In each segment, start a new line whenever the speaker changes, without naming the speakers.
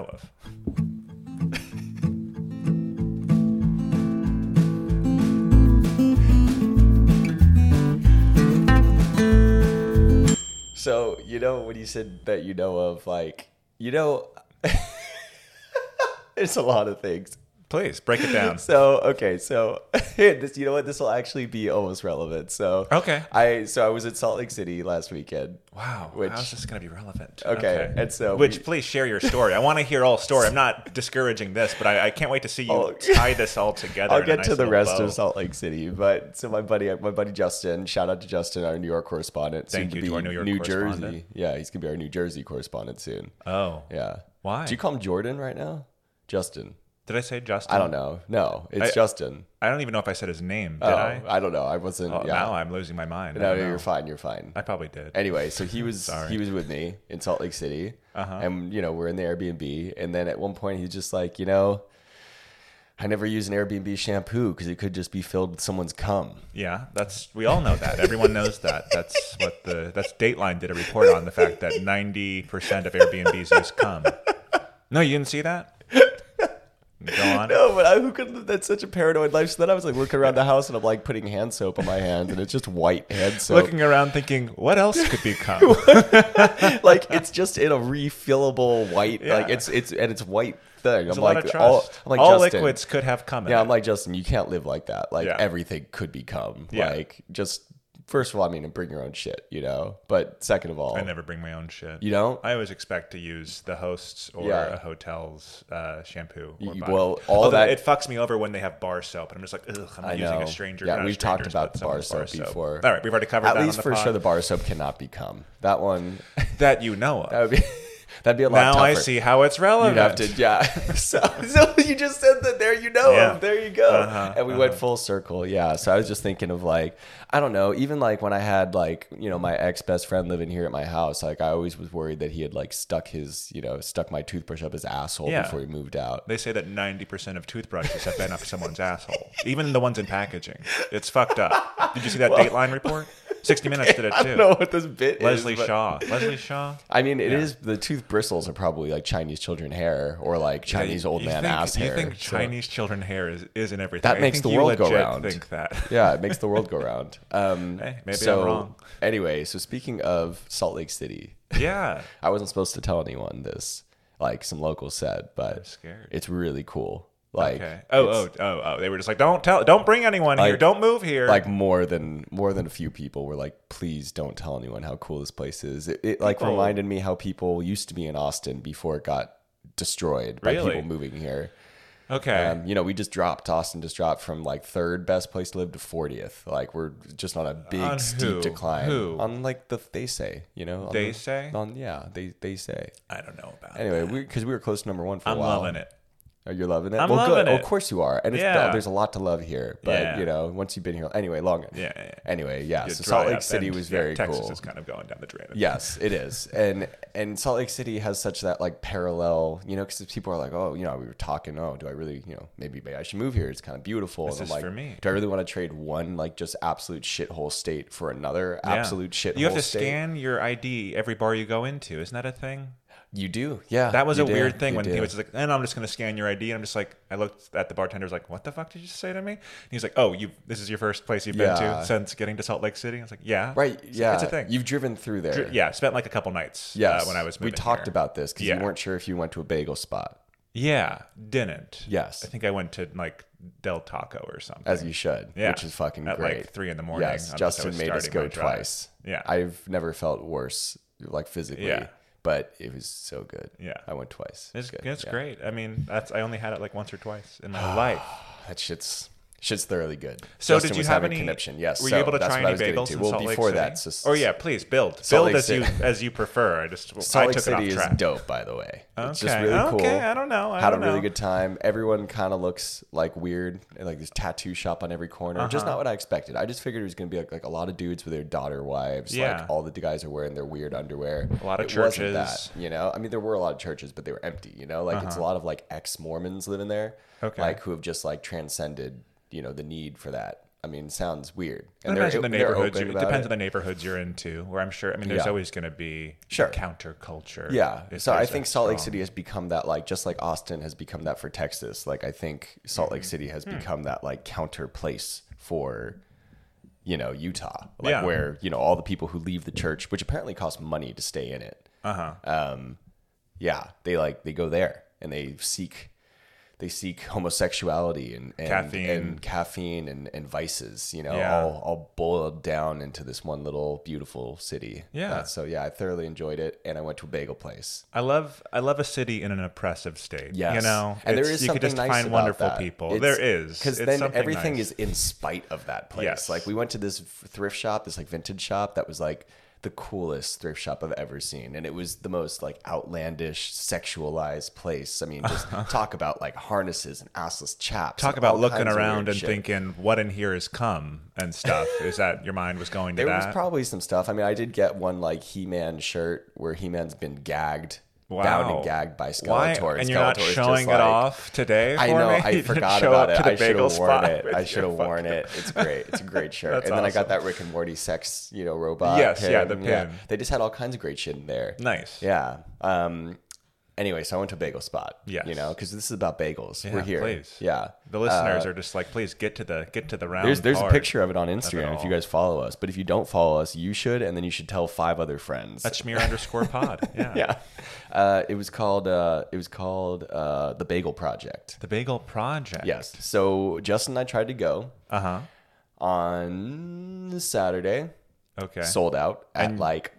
know of.
So you know when you said that you know of, like you know, it's a lot of things.
Please break it down.
So okay, so this you know what this will actually be almost relevant. So
Okay.
I so I was in Salt Lake City last weekend.
Wow,
Which-
how's this going to be relevant?
Okay, and so
which
we-
please share your story. I want to hear all story. I'm not discouraging this, but I, I can't wait to see you
Oh.
tie this all together.
I'll
in a
get
nice
to the
little
rest
bow.
of Salt Lake City, but so my buddy, my buddy Justin, shout out to Justin, our New York correspondent. soon
Thank you to our New York correspondent.
Jersey. Yeah, he's gonna be our New Jersey correspondent soon.
Oh,
Yeah.
Why?
Do you call him Jordan right now? Justin.
did I say Justin?
I don't know. No, it's
I-
Justin.
I don't even know if I said his name. Did
oh,
I?
don't know. I wasn't.
Oh,
yeah.
Now I'm losing my mind. I
no,
don't
no,
know.
you're fine. You're fine.
I probably did.
Anyway, so he was he was with me in Salt Lake City,
Uh-huh.
and you know we're in the Airbnb, and then at one point he's just like, you know, I never use an Airbnb shampoo because it could just be filled with someone's cum.
Yeah, that's we all know that. Everyone knows that. That's what the that's Dateline did a report on the fact that 90% of Airbnbs use cum. No, you didn't see that? Go on.
No, but I, who could? That's such a paranoid life. So then I was like looking around the house, and I'm like putting hand soap on my hands, and it's just white hand soap.
Looking around thinking, what else could be cum?
like it's just in a refillable white.
Yeah.
Like it's it's and it's white thing.
There's
I'm
a
like
lot of trust.
all. I'm like
all
Justin.
liquids could have cum in
Yeah,
it.
I'm like Justin. You can't live like that. Like
Yeah.
everything could become
Yeah.
like just. First of all, I mean, bring your own shit, you know. But second of all,
I never bring my own shit.
you don't.
I always expect to use the host's or
Yeah.
a hotel's uh, shampoo. Or
You-
body.
well, all
Although
that-
it fucks me over when they have bar soap, and I'm just like, ugh, I'm
I
using
know.
a stranger.
Yeah,
not
we've talked
strangers,
about
but
the bar
someone's
soap before.
All right, we've already covered
At
that.
least
on the
for
pod.
sure, the bar soap cannot become that one.
that you know
That
of.
would be that'd be a lot.
Now I
tougher.
see how it's relevant.
You'd have to, yeah. so, so you just said that there you know
Yeah. Uh-huh,
him. There you go. and we went full circle. Yeah. So I was just thinking of like, I don't know, even like when I had like, you know, my ex best friend living here at my house, like I always was worried that he had like stuck his, you know, stuck my toothbrush up his asshole
Yeah.
before he moved out.
They say that 90% of toothbrushes have been up someone's asshole, even the ones in packaging. It's fucked up. Did you see that Dateline report? 60 Minutes did it
I
too.
don't know what this bit
Leslie
is. but-
Shaw. Leslie Shaw.
I mean, it is the tooth bristles are probably like Chinese children hair or like Chinese old
You
man
think,
ass hair.
You think
So-
Chinese children hair is, is in everything.
That
I
makes
think
the
you
world go
legit
round.
think that.
yeah, it makes the world go round. Um,
Hey, maybe I'm
so,
wrong.
Anyway, so speaking of Salt Lake City,
Yeah.
I wasn't supposed to tell anyone this, like some locals said, but
scared.
it's really cool. Like,
Okay. Oh, oh, oh, oh. They were just like, don't tell, don't bring anyone here.
Like-
Don't move here.
like more than more than a few people were like, please don't tell anyone how cool this place is. It, it like
People-
reminded me how people used to be in Austin before it got destroyed by
Really?
people moving here.
okay.
Um, you know, we just dropped Austin just dropped from like third best place to live to fortieth. Like we're just on a big
On
steep
who?
decline.
Who?
On like the they say, you know, on
They
the-
say?
on yeah, they they say.
I don't know about it.
Anyway, we because we were close to number one for
I'm
a while.
loving it.
Oh, you're loving it.
I'm
well, good.
loving
Oh,
it.
of course you are. And it's,
Yeah.
there's a lot to love here, but
Yeah.
you know, once you've been here, anyway, long.
Yeah, yeah, yeah.
Anyway, yeah.
It's
so Salt
dry
Lake
up
City
and,
was
yeah,
very
Texas
cool.
is kind of going down the drain.
Yes, it is, and and Salt Lake City has such that like parallel, you know, because people are like, oh, you know, we were talking, oh, do I really, you know, maybe maybe I should move here? It's kind of beautiful. and
is
I'm like,
for me.
do I really want to trade one like just absolute shithole state for another
Yeah.
absolute shithole?
You have to
state?
scan your ID every bar you go into. Isn't that a thing?
You do, yeah.
That was
you
a
do,
weird thing
you
when he
do.
was just like, "And I'm just going to scan your ID." And I'm just like, I looked at the bartender, was like, "What the fuck did you just say to me?" And he's like, "Oh, you. This is your first place you've been
Yeah.
to since getting to Salt Lake City." I was like, "Yeah,
right.
It's like,
Yeah,
it's a thing."
You've driven through there.
yeah, spent like a couple nights. Yeah,
Yes.
uh, when I was
we
moving
talked
here.
about this because
Yeah.
you weren't sure if you went to a bagel spot,
Yeah, didn't.
Yes.
I think I went to like Del Taco or something.
as you should,
Yeah.
which is fucking
at
great.
like three in the morning.
yes,
unless I
Justin
was
made us
starting
go
my drive.
twice.
Yeah.
I've never felt worse, like physically.
Yeah.
But it was so good.
Yeah.
I went twice.
It's,
good.
it's
Yeah.
great. I mean, that's I only had it like once or twice in my life.
That shit's shit's thoroughly good.
So
Justin
did you
was
have
having
any
conniption? Yes.
Were
so
you able to
that's
try
what I
any
was getting
bagels
to.
in
well,
Salt
before
Lake
that,
City?
so
oh yeah, please build.
Salt
build
Lake
as you
City-
as you prefer. I just
Salt
I
Lake
took
City
it
is
off track.
dope, by the way. It's just
Okay.
really cool.
Okay, I don't know. I
Had
don't
a really
know.
good time. Everyone kind of looks like weird. and, Like there's tattoo shop on every corner. Just
Uh-huh.
not what I expected. I just figured it was gonna be like, like a lot of dudes with their daughter wives.
Yeah.
Like all the guys are wearing their weird underwear.
A lot of
it
churches. Uh-huh.
Wasn't that, you know, I mean, there were a lot of churches, but they were empty. You know, like it's a lot of like ex Mormons living there.
Okay.
Like who have just like transcended, you know, the need for that. I mean, sounds weird.
And
they're-
imagine the
they're
neighborhoods.
open
You're, it
about
depends on the neighborhoods you're into. Where I'm sure, I mean, there's
Yeah.
always going to be
Sure.
counterculture.
Yeah.
if
So I
there's a
think Salt Lake
strong-
City has become that like just like Austin has become that for Texas. Like I think Salt
Mm.
Lake City
Hmm.
has become that like counter place for you know, Utah. Like
Yeah.
where, you know, all the people who leave the church, which apparently costs money to stay in it.
Uh-huh.
Um yeah, they like they go there and they seek they seek homosexuality and, and
Caffeine.
and caffeine and, and vices, you know,
Yeah.
all all boiled down into this one little beautiful city.
Yeah.
Uh, so yeah, I thoroughly enjoyed it and I went to a bagel place.
I love I love a city in an oppressive state.
Yes.
you know,
and there
It's-
is
you
something
could just
nice
find
about
wonderful
that.
people. there is
because
It's
then
something
everything
nice.
is in spite of that place.
Yes.
Like we went to this f- thrift shop, this like vintage shop that was like the coolest thrift shop I've ever seen, and it was the most like outlandish, sexualized place. I mean, just talk about like harnesses and assless chaps.
talk
and
about
all
looking
kinds of
around
weird
and
shit.
thinking what in here is come and stuff. is that your mind was going to
There
that?
was probably some stuff. I mean, I did get one like He-Man shirt where He-Man's been gagged, bound
Wow.
and gagged by Skeletor.
Why
and
and you're not
Skeletor's just
showing it
like-
off today? For
I know.
me? You
I
didn't
forgot
show up
about it.
To the
I should
bagel
have worn
spot
it.
with
I
your
should have
fucking-
worn it. It's great. It's a great shirt. and
That's
then I
awesome.
got that Rick and Morty sex, you know, robot.
Yes, yeah, the pin.
They just had all kinds of great shit in there.
Nice.
Yeah. Um. Anyway, so I went to a bagel spot.
Yes.
You know, because this is about bagels. We're
Yeah,
here.
please.
Yeah.
The listeners are just like, please get to the get to the round.
Uh, There's there's a
card.
picture of it on Instagram if you
all.
guys follow us. But if you don't follow us, you should, and then you should tell five other friends.
That's schmear underscore pod. Yeah.
yeah. Uh, it was called uh, it was called uh, the Bagel Project.
The Bagel Project.
Yes. So Justin and I tried to go
Uh huh.
on Saturday,
Okay.
sold out at like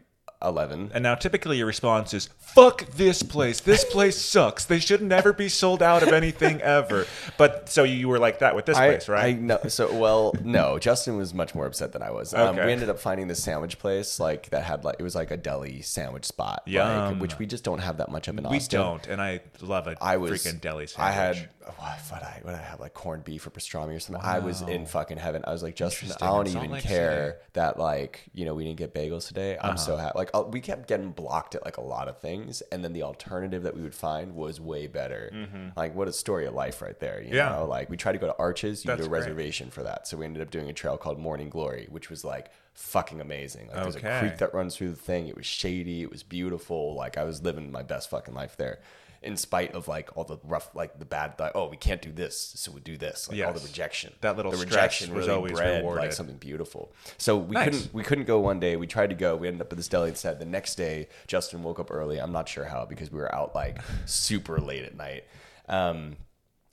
11.
And now typically your response is, fuck this place. This place sucks. They should never be sold out of anything ever. But so you were like that with this place,
I
right?
know. So well, no. Justin was much more upset than I was. Um,
Okay.
we ended up finding this sandwich place like that had like it was like a deli sandwich spot,
Yum.
like, which we just don't have that much of in
we
Austin.
don't. And I love a
I was
freaking deli sandwich.
I had what, what I what I have like corned beef or pastrami or something. I was in fucking heaven. I was like, Justin, I
Interesting.
don't
It's not
even
like
care that like you know we didn't get bagels today. I'm so
Uh-huh.
happy. Like uh, we kept getting blocked at like a lot of things, and then the alternative that we would find was way better. Like what a story of life right there. You
Mm-hmm. Yeah.
know, like we tried to go to Arches. You
That's
do a
great.
reservation for that, so we ended up doing a trail called Morning Glory, which was like fucking amazing. Like there's a
Okay.
creek that runs through the thing. It was shady. It was beautiful. Like I was living my best fucking life there, in spite of like all the rough, like the bad. Like oh, we can't do this, so we do this. Like all the
Yes.
rejection.
That little
the
stress was always
like
rewarded.
something beautiful. So we
Nice.
couldn't we couldn't go one day. We tried to go. We ended up at this deli instead. The next day, Justin woke up early. I'm not sure how because we were out like super late at night. Um,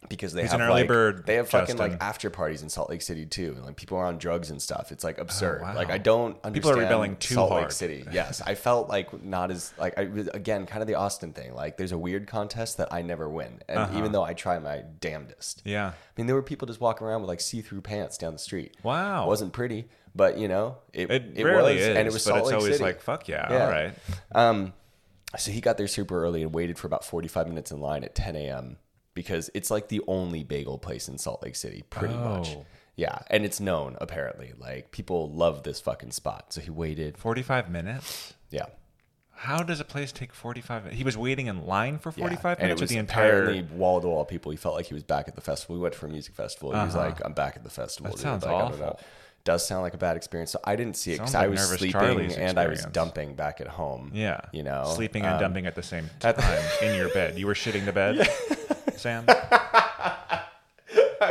because they have
an early
like,
bird,
they have fucking
Justin.
like after parties in Salt Lake City too, and like people are on drugs and stuff. It's like absurd.
Oh, wow.
Like I don't understand.
People are rebelling too
Salt Lake
hard.
City. Yes, I felt like not as like I was- again kind of the Austin thing. Like there's a weird contest that I never win, and even though I try my damnedest.
Uh-huh. yeah.
I mean, there were people just walking around with like see-through pants down the street.
Wow.
wasn't pretty, but you know, it
It,
it,
rarely
was,
is.
and it was
but
Salt
it's
Lake
always
City.
like, fuck yeah,
Yeah.
All right.
Um, so he got there super early and waited for about 45 minutes in line at 10 a.m. because it's like the only bagel place in Salt Lake City, pretty much.
Oh.
Yeah, and it's known apparently. Like people love this fucking spot. So he waited.
45 minutes?
Yeah.
How does a place take 45 minutes? He was waiting in line for
Yeah.
45
and it
minutes with
was
the entire.
apparently wall to wall people. He felt like he was back at the festival. We went for a music festival. He was like, "I'm back at the festival." That
Uh-huh. sounds
like, I don't
awful.
know. Does sound like a bad experience. So I didn't see it
Sounds
because I
like
was
Nervous
sleeping
Charlie's
and I was
experience.
dumping back at home.
Yeah.
you know, Um,
Sleeping and dumping at the same time in your bed. You were shitting the bed, Sam?
I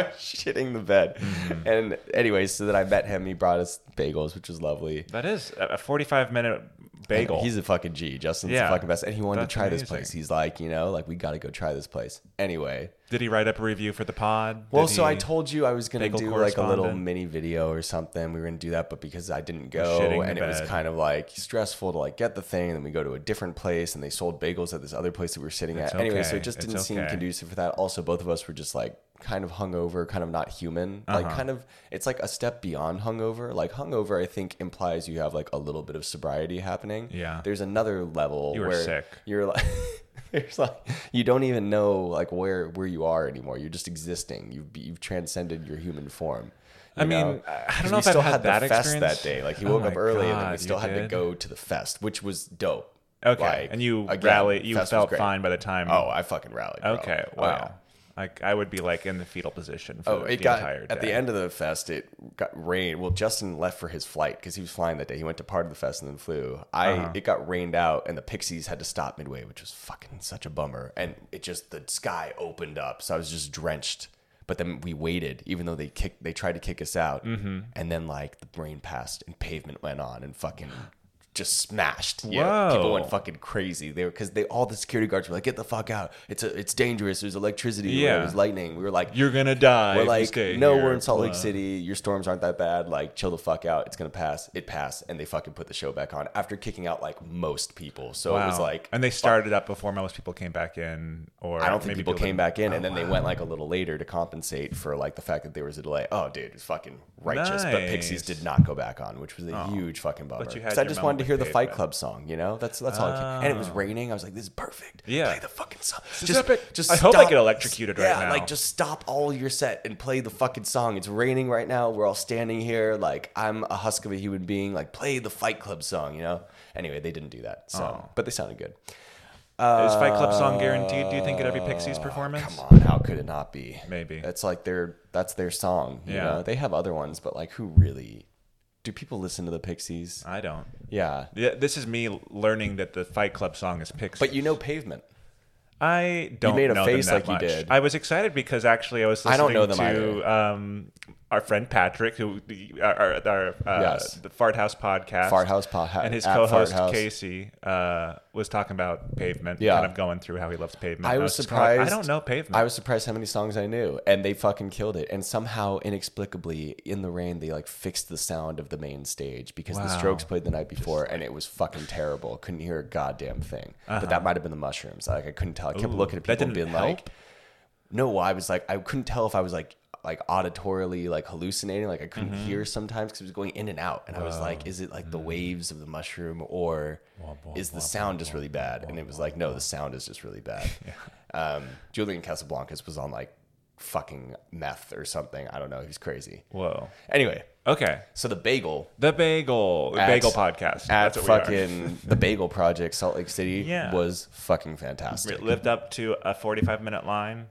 was shitting the bed.
Mm-hmm.
And anyway, so then I met him. He brought us bagels, which was lovely.
That is a a 45 minute bagel.
He's a fucking G. Justin's
Yeah.
the fucking best. And he wanted
That's
to try this
amazing.
place. He's like, you know, like we got to go try this place. Anyway.
Did he write up a review for the pod?
Well,
Did
so I
he-
told you I was gonna
Bagel
do like a little
correspondent.
mini video or something. We were gonna do that, but because I didn't go,
shitting
and
the
it was
bed.
kind of like stressful to like get the thing, and then we go to a different place, and they sold bagels at this other place that we were sitting at. Anyway, so
okay.
it just
It's
didn't seem
okay.
conducive for that. Also, both of us were just like kind of hungover, kind of not human, like kind of it's like a step beyond hungover. Like hungover, I think implies you have like a little bit of sobriety happening.
Yeah.
there's another level
You were
where
sick.
you're like there's like you don't even know like where where you are anymore you're just existing you've you've transcended your human form
I
you
mean,
know?
I- I don't know
'Cause we
if I've
still
had
the
that
fest
experience.
that day like he
Oh
woke
my
up early and then we
God,
still
you
had to
did?
go to the fest which was dope
Okay.
Like,
and you
again,
rallied, you
fest was
felt
great.
fine by the time.
oh i fucking rallied bro.
okay.
Oh,
Wow.
yeah.
Like I would be like in the fetal position for
Oh, it
the
got
entire day.
at the end of the fest. It got rain. Well, Justin left for his flight because he was flying that day. He went to part of the fest and then flew. I
Uh-huh.
it got rained out, and the Pixies had to stop midway, which was fucking such a bummer. And it just the sky opened up, so I was just drenched. But then we waited, even though they kicked, they tried to kick us out,
Mm-hmm.
and then like the rain passed and pavement went on and fucking. Just smashed. Yeah, people
Whoa.
went fucking crazy. They were because they all the security guards were like, "Get the fuck out! It's a, it's dangerous. There's electricity. Yeah,
Yeah.
there's lightning." We were like,
You're gonna die.
we're
if you
like,
stay
no,
here."
we're in Salt Lake
Blah.
City. Your storms aren't that bad. Like, chill the fuck out. It's gonna pass. It passed, and they fucking put the show back on after kicking out like most people. So it was
Wow.
like,
and they started up before most people came back in, or
I don't think
maybe
people came
didn't-
back in, and then they went like a little later to compensate for like the fact that there was a delay. Oh, dude, it's fucking righteous. But
Nice.
Pixies
Oh,
did not go back on, which was a huge fucking bummer.
you had
'Cause I
your
just
moment
wanted
with
to hear the Fight
Dave, Ah.
Club song. You know, that's that's all. I ca- and it was raining. I was like, this is perfect.
Yeah.
play the fucking song.
is epic. I hope I get electrocuted right
yeah,
now.
like just stop all your set and play the fucking song. It's raining right now. We're all standing here. Like I'm a husk of a human being. Like play the Fight Club song. You know. Anyway, they didn't do that. So,
Oh.
but they sounded good.
Is Fight Club song guaranteed? Do you think at every Pixies performance?
Uh, Come on, how could it not be?
Maybe.
that's like their that's their song. You
Yeah.
know? they have other ones, but like, who really? Do people listen to the Pixies?
I don't.
Yeah,
Yeah, this is me learning that the Fight Club song is Pixies.
but you know Pavement.
I don't
made a
know
face
them that
like you
much.
did.
I was excited because actually I was
I
listening
don't know them
to um, our friend Patrick, who our, our, our uh,
Yes.
the Fart House podcast,
Fart House pod-
and his
at
co-host
Fart House.
Casey uh, was talking about pavement,
Yeah.
kind of going through how he loves pavement.
I
And
was
just kinda like,
surprised.
I don't know pavement.
I was surprised how many songs I knew, and they fucking killed it. And somehow, inexplicably, in the rain, they like fixed the sound of the main stage because the
Wow.
Strokes played the night before, and it was fucking terrible. Couldn't hear a goddamn thing. But
Uh-huh.
that might have been the mushrooms. Like I couldn't tell. I kept
Ooh,
looking at
that
people and being
didn't
like,
help?
"No, I was like, I couldn't tell if I was like." Like auditorily, like hallucinating, like I couldn't
Mm-hmm.
hear sometimes because it was going in and out, and I was
Oh.
like, "Is it like
Mm.
the waves of the mushroom, or is the sound just really bad?" And it was like, "No, the sound is just really bad." um, Julian Casablancas was on like fucking meth or something. I don't know. He's crazy.
Whoa.
Anyway,
Okay.
so the bagel
The Bagel, the
at-
Bagel podcast.
at
That's what we are.
fucking the Bagel Project, Salt Lake City,
Yeah.
was fucking fantastic.
It lived up to a 45 minute line.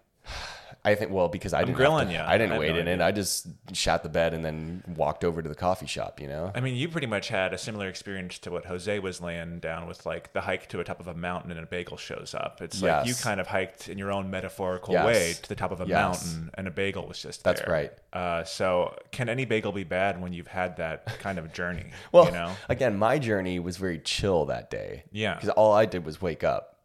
I think well because I didn't have
grilling
to-
ya.
I didn't
I have
wait
no
in it. I just shot the bed and then walked over to the coffee shop. You know.
I mean, you pretty much had a similar experience to what Jose was laying down with like the hike to a top of a mountain and a bagel shows up. It's like you
Yes.
kind of hiked in your own metaphorical
Yes.
way to the top of a
Yes.
mountain and a bagel was just
That's
there.
right.
Uh, so can any bagel be bad when you've had that kind of journey?
Well,
you know?
again, my journey was very chill that day.
Yeah.
Because all I did was wake up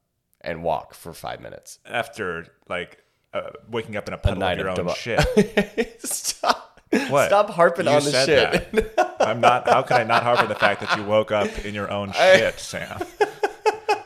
and walk for five minutes.
After like uh, waking up in a puddle of
night
your
of
own
debauch-
shit.
Stop.
What?
Stop harping
You
on the
said
shit.
that. I'm not. How can I not harbor the fact that you woke up in your own shit, Sam?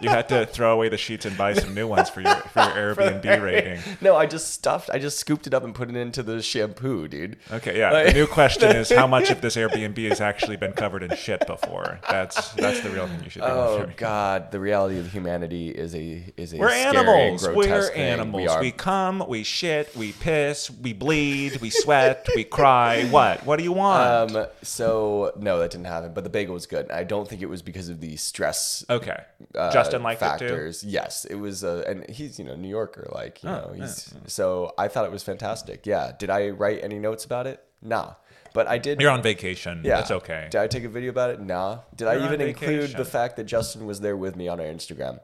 You had to throw away the sheets and buy some new ones for your for your Airbnb rating.
No, I just stuffed. I just scooped it up and put it into the shampoo, dude.
Okay, yeah. The new question is how much of this Airbnb has actually been covered in shit before? That's that's the real thing you should be
Oh
wondering.
God, the reality of humanity is a is a
We're
scary,
animals.
grotesque
We're
thing.
animals.
We
We,
are.
come, we shit, we piss, we bleed, we sweat, we cry. What? What do you want?
um, so no, that didn't happen. But the bagel was good. I don't think it was because of the stress
okay.
uh,
Justin liked it too.
factors. Yes, it was, uh, and he's you know New Yorker, like
Oh,
you know, he's so I thought it was fantastic. Yeah, did I write any notes about it? Nah, but I did.
You're on vacation.
Yeah.
That's okay.
Did I take a video about it? Nah. Did I
You're on
even include the
vacation.
fact that Justin was there with me on our Instagram?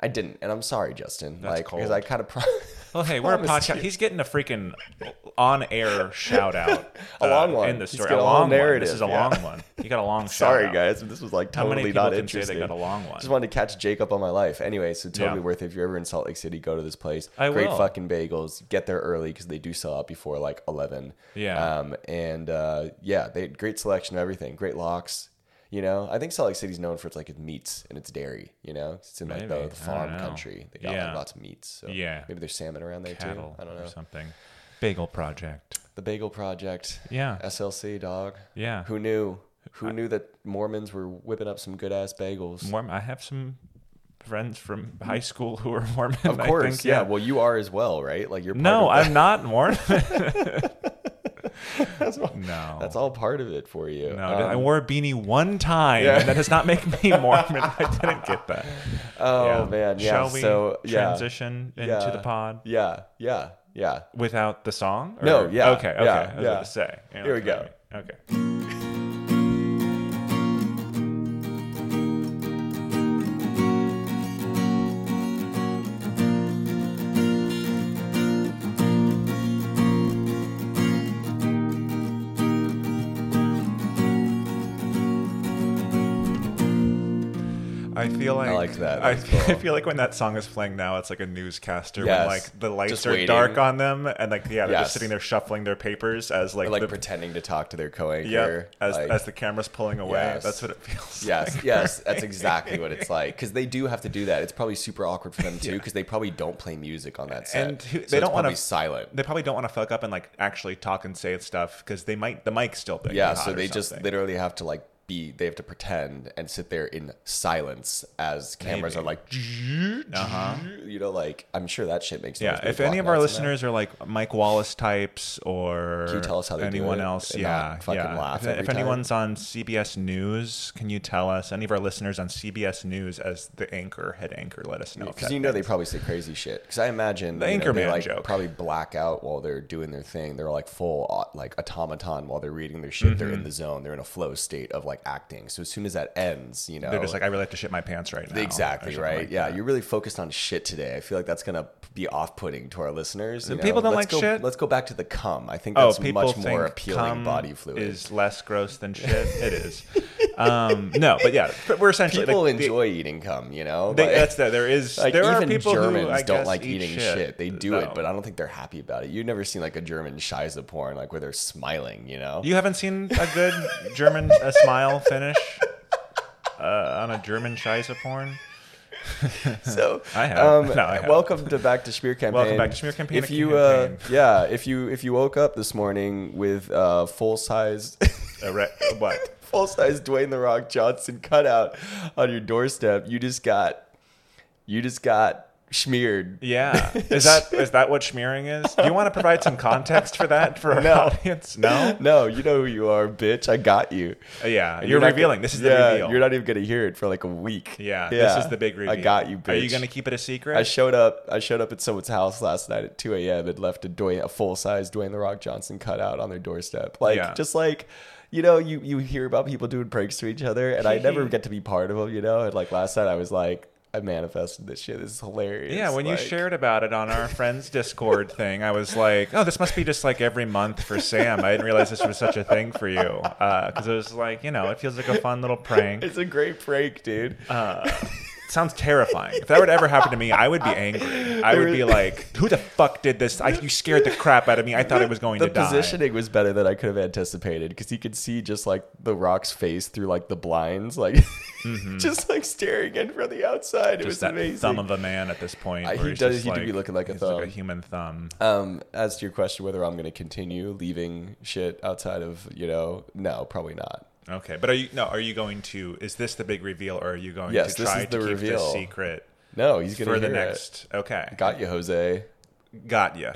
I didn't, and I'm sorry, Justin. like, because
cold.
I kind of pro-
Well, Oh, hey, we're a
promised
podcast.
you
He's getting a freaking on-air shout out. uh,
A long one.
in the
He's
story.
got
A
a whole
long one.
narrative,
This is a
yeah.
long one. You got a long.
Sorry,
shout-out.
guys. This was like
How
totally
many people
not
can say
interesting.
they got a long one?
Just wanted to catch Jake up on my life. Anyway, so totally
Yeah.
worth it. If you're ever in Salt Lake City, go to this place.
I
Great
will.
fucking bagels. Get there early because they do sell out before like 11.
Yeah.
Um, and uh, yeah, they had great selection of everything. Great locks. You know, I think Salt Lake City's known for its like its meats and its dairy. You know, it's in like
Maybe. I
the,
don't
the farm
know.
country. They got like,
Yeah.
lots of meats. So
Yeah.
Maybe there's salmon around there
cattle
too. I don't
or
know.
something. Bagel Project.
The Bagel Project.
Yeah.
SLC dog.
Yeah.
Who knew? Who knew that Mormons were whipping up some good ass bagels?
Mormon. I have some friends from high school who are Mormon.
Mm. Of course, yeah. Well, you are as well, right? Like you're. Part
no,
of
I'm not Mormon.
That's all,
No.
that's all part of it for you.
No,
Um,
I wore a beanie one time,
Yeah.
and that does not make me Mormon. I didn't get that.
oh
Yeah.
man, yeah.
Shall we
so yeah,
transition into
yeah,
the pod
Yeah, yeah, yeah.
without the song? Or-
No, yeah,
Okay. Okay.
yeah,
I was
yeah.
about to say. Yeah,
Here we
okay, Okay. I feel like
I like that.
I,
That's cool.
I feel like when that song is playing now, it's like a newscaster when
Yes.
like the lights
Just
are
waiting.
dark on them, and like yeah, they're
Yes.
just sitting there shuffling their papers as like,
Or, like
the
pretending to talk to their co-anchor.
yeah, as
like-
as the camera's pulling away.
Yes.
That's what it feels.
Yes,
like.
yes, that's exactly what it's like. Because they do have to do that. It's probably super awkward for them too, because they probably don't play music on that set.
And who- they
so
don't
it's
wanna-
to silent.
They probably don't want to fuck up and like actually talk and say stuff because they might the mic's still big.
Yeah, so they just literally have to like be. They have to pretend and sit there in silence as cameras
Maybe.
are like,
Uh-huh.
you know, like I'm sure that shit makes.
yeah.
noise, but
If
block
any of our
noise and that.
listeners are like Mike Wallace types or
Can you tell us how they do
anyone
it
else,
and
yeah,
not fucking
yeah.
laugh
if,
every
if
time?
anyone's on CBS News, can you tell us any of our listeners on CBS News as the anchor head anchor? Let us know if
because
that
you know
makes-
they probably say crazy shit. Because I imagine
The
you know, they
Anchorman
like
joke.
probably black out while they're doing their thing. They're like full au- like automaton while they're reading their shit. They're in
Mm-hmm.
the zone. They're in a flow state of like acting. So as soon as that ends, you know
they're just like I really have to shit my pants right now. or
Oh, exactly
something
right.
like
yeah,
that.
you're really focused on shit today. I feel like that's gonna be off-putting to our listeners. you know?
people don't
Let's
like
go-
shit?
Let's go back to the cum. I think that's much more
Oh, think cum
appealing body fluid.
is less gross than shit. It is. Um, no, but yeah, but we're essentially
people
like, the-
enjoy eating cum. You know,
they-
Like-
that's that. There is
Like
there
even
are people
Germans
who I
don't
guess,
like
eat
eating shit. They do it,
though.
but I don't think they're happy about it. You've never seen like a German shiza porn like where they're smiling, you know?
you haven't seen a good German a smile finish uh, on a German Shiza porn.
so
I have.
Um,
No, I have.
Welcome to back to Schmear campaign.
Welcome back to Schmear Campaign,
If
a
you,
campaign.
Uh, yeah, if you if you woke up this morning with uh, full size.
A re- what?
Full size Dwayne the Rock Johnson cutout on your doorstep. You just got, you just got smeared.
Yeah, is that is that what smearing is? Do you want to provide some context for that for our
No.
audience? No.
No, you know who you are, bitch. I got you.
Uh, Yeah,
And
you're,
not
revealing.
gonna-
this is
yeah,
the reveal.
You're not even gonna hear it for like a week.
yeah,
Yeah.
this is the big reveal.
I got you, bitch.
Are you going to keep it a secret?
I showed up. I showed up at someone's house last night at 2 a.m. and left a, Dwayne, a full size Dwayne the Rock Johnson cutout on their doorstep. Like
Yeah.
just like. You know, you, you hear about people doing pranks to each other, and I never get to be part of them. You know, and like last night, I was like, I manifested this shit. This is hilarious.
Yeah, when
Like,
you shared about it on our friends Discord thing, I was like, "Oh, this must be just like every month for Sam." I didn't realize this was such a thing for you because it was like, you know, it feels like a fun little prank.
it's a great prank, dude.
Uh, it sounds terrifying. If that would ever happen to me, I would be angry. I would be like, "Who the fuck did this? I, you scared the crap out of me. I thought I was going
the
to die."
positioning was better than I could have anticipated because he could see just like the rock's face through like the blinds, like just like staring in from the outside. it
Mm-hmm. Just
was
that
amazing.
thumb of a man at this point.
Uh,
where
he
he's
does-
just
he do be looking like a
he's
thumb.
a human thumb.
um, as to your question whether I'm going to continue leaving shit outside of you know, no, probably not.
Okay, but are you no? Are you going to? Is this the big reveal, or are you going
Yes,
to
this
try
is
to
the
keep
reveal.
this secret?
No, he's going to
For the
hear it.
next, okay,
Got you, Jose.
Got ya.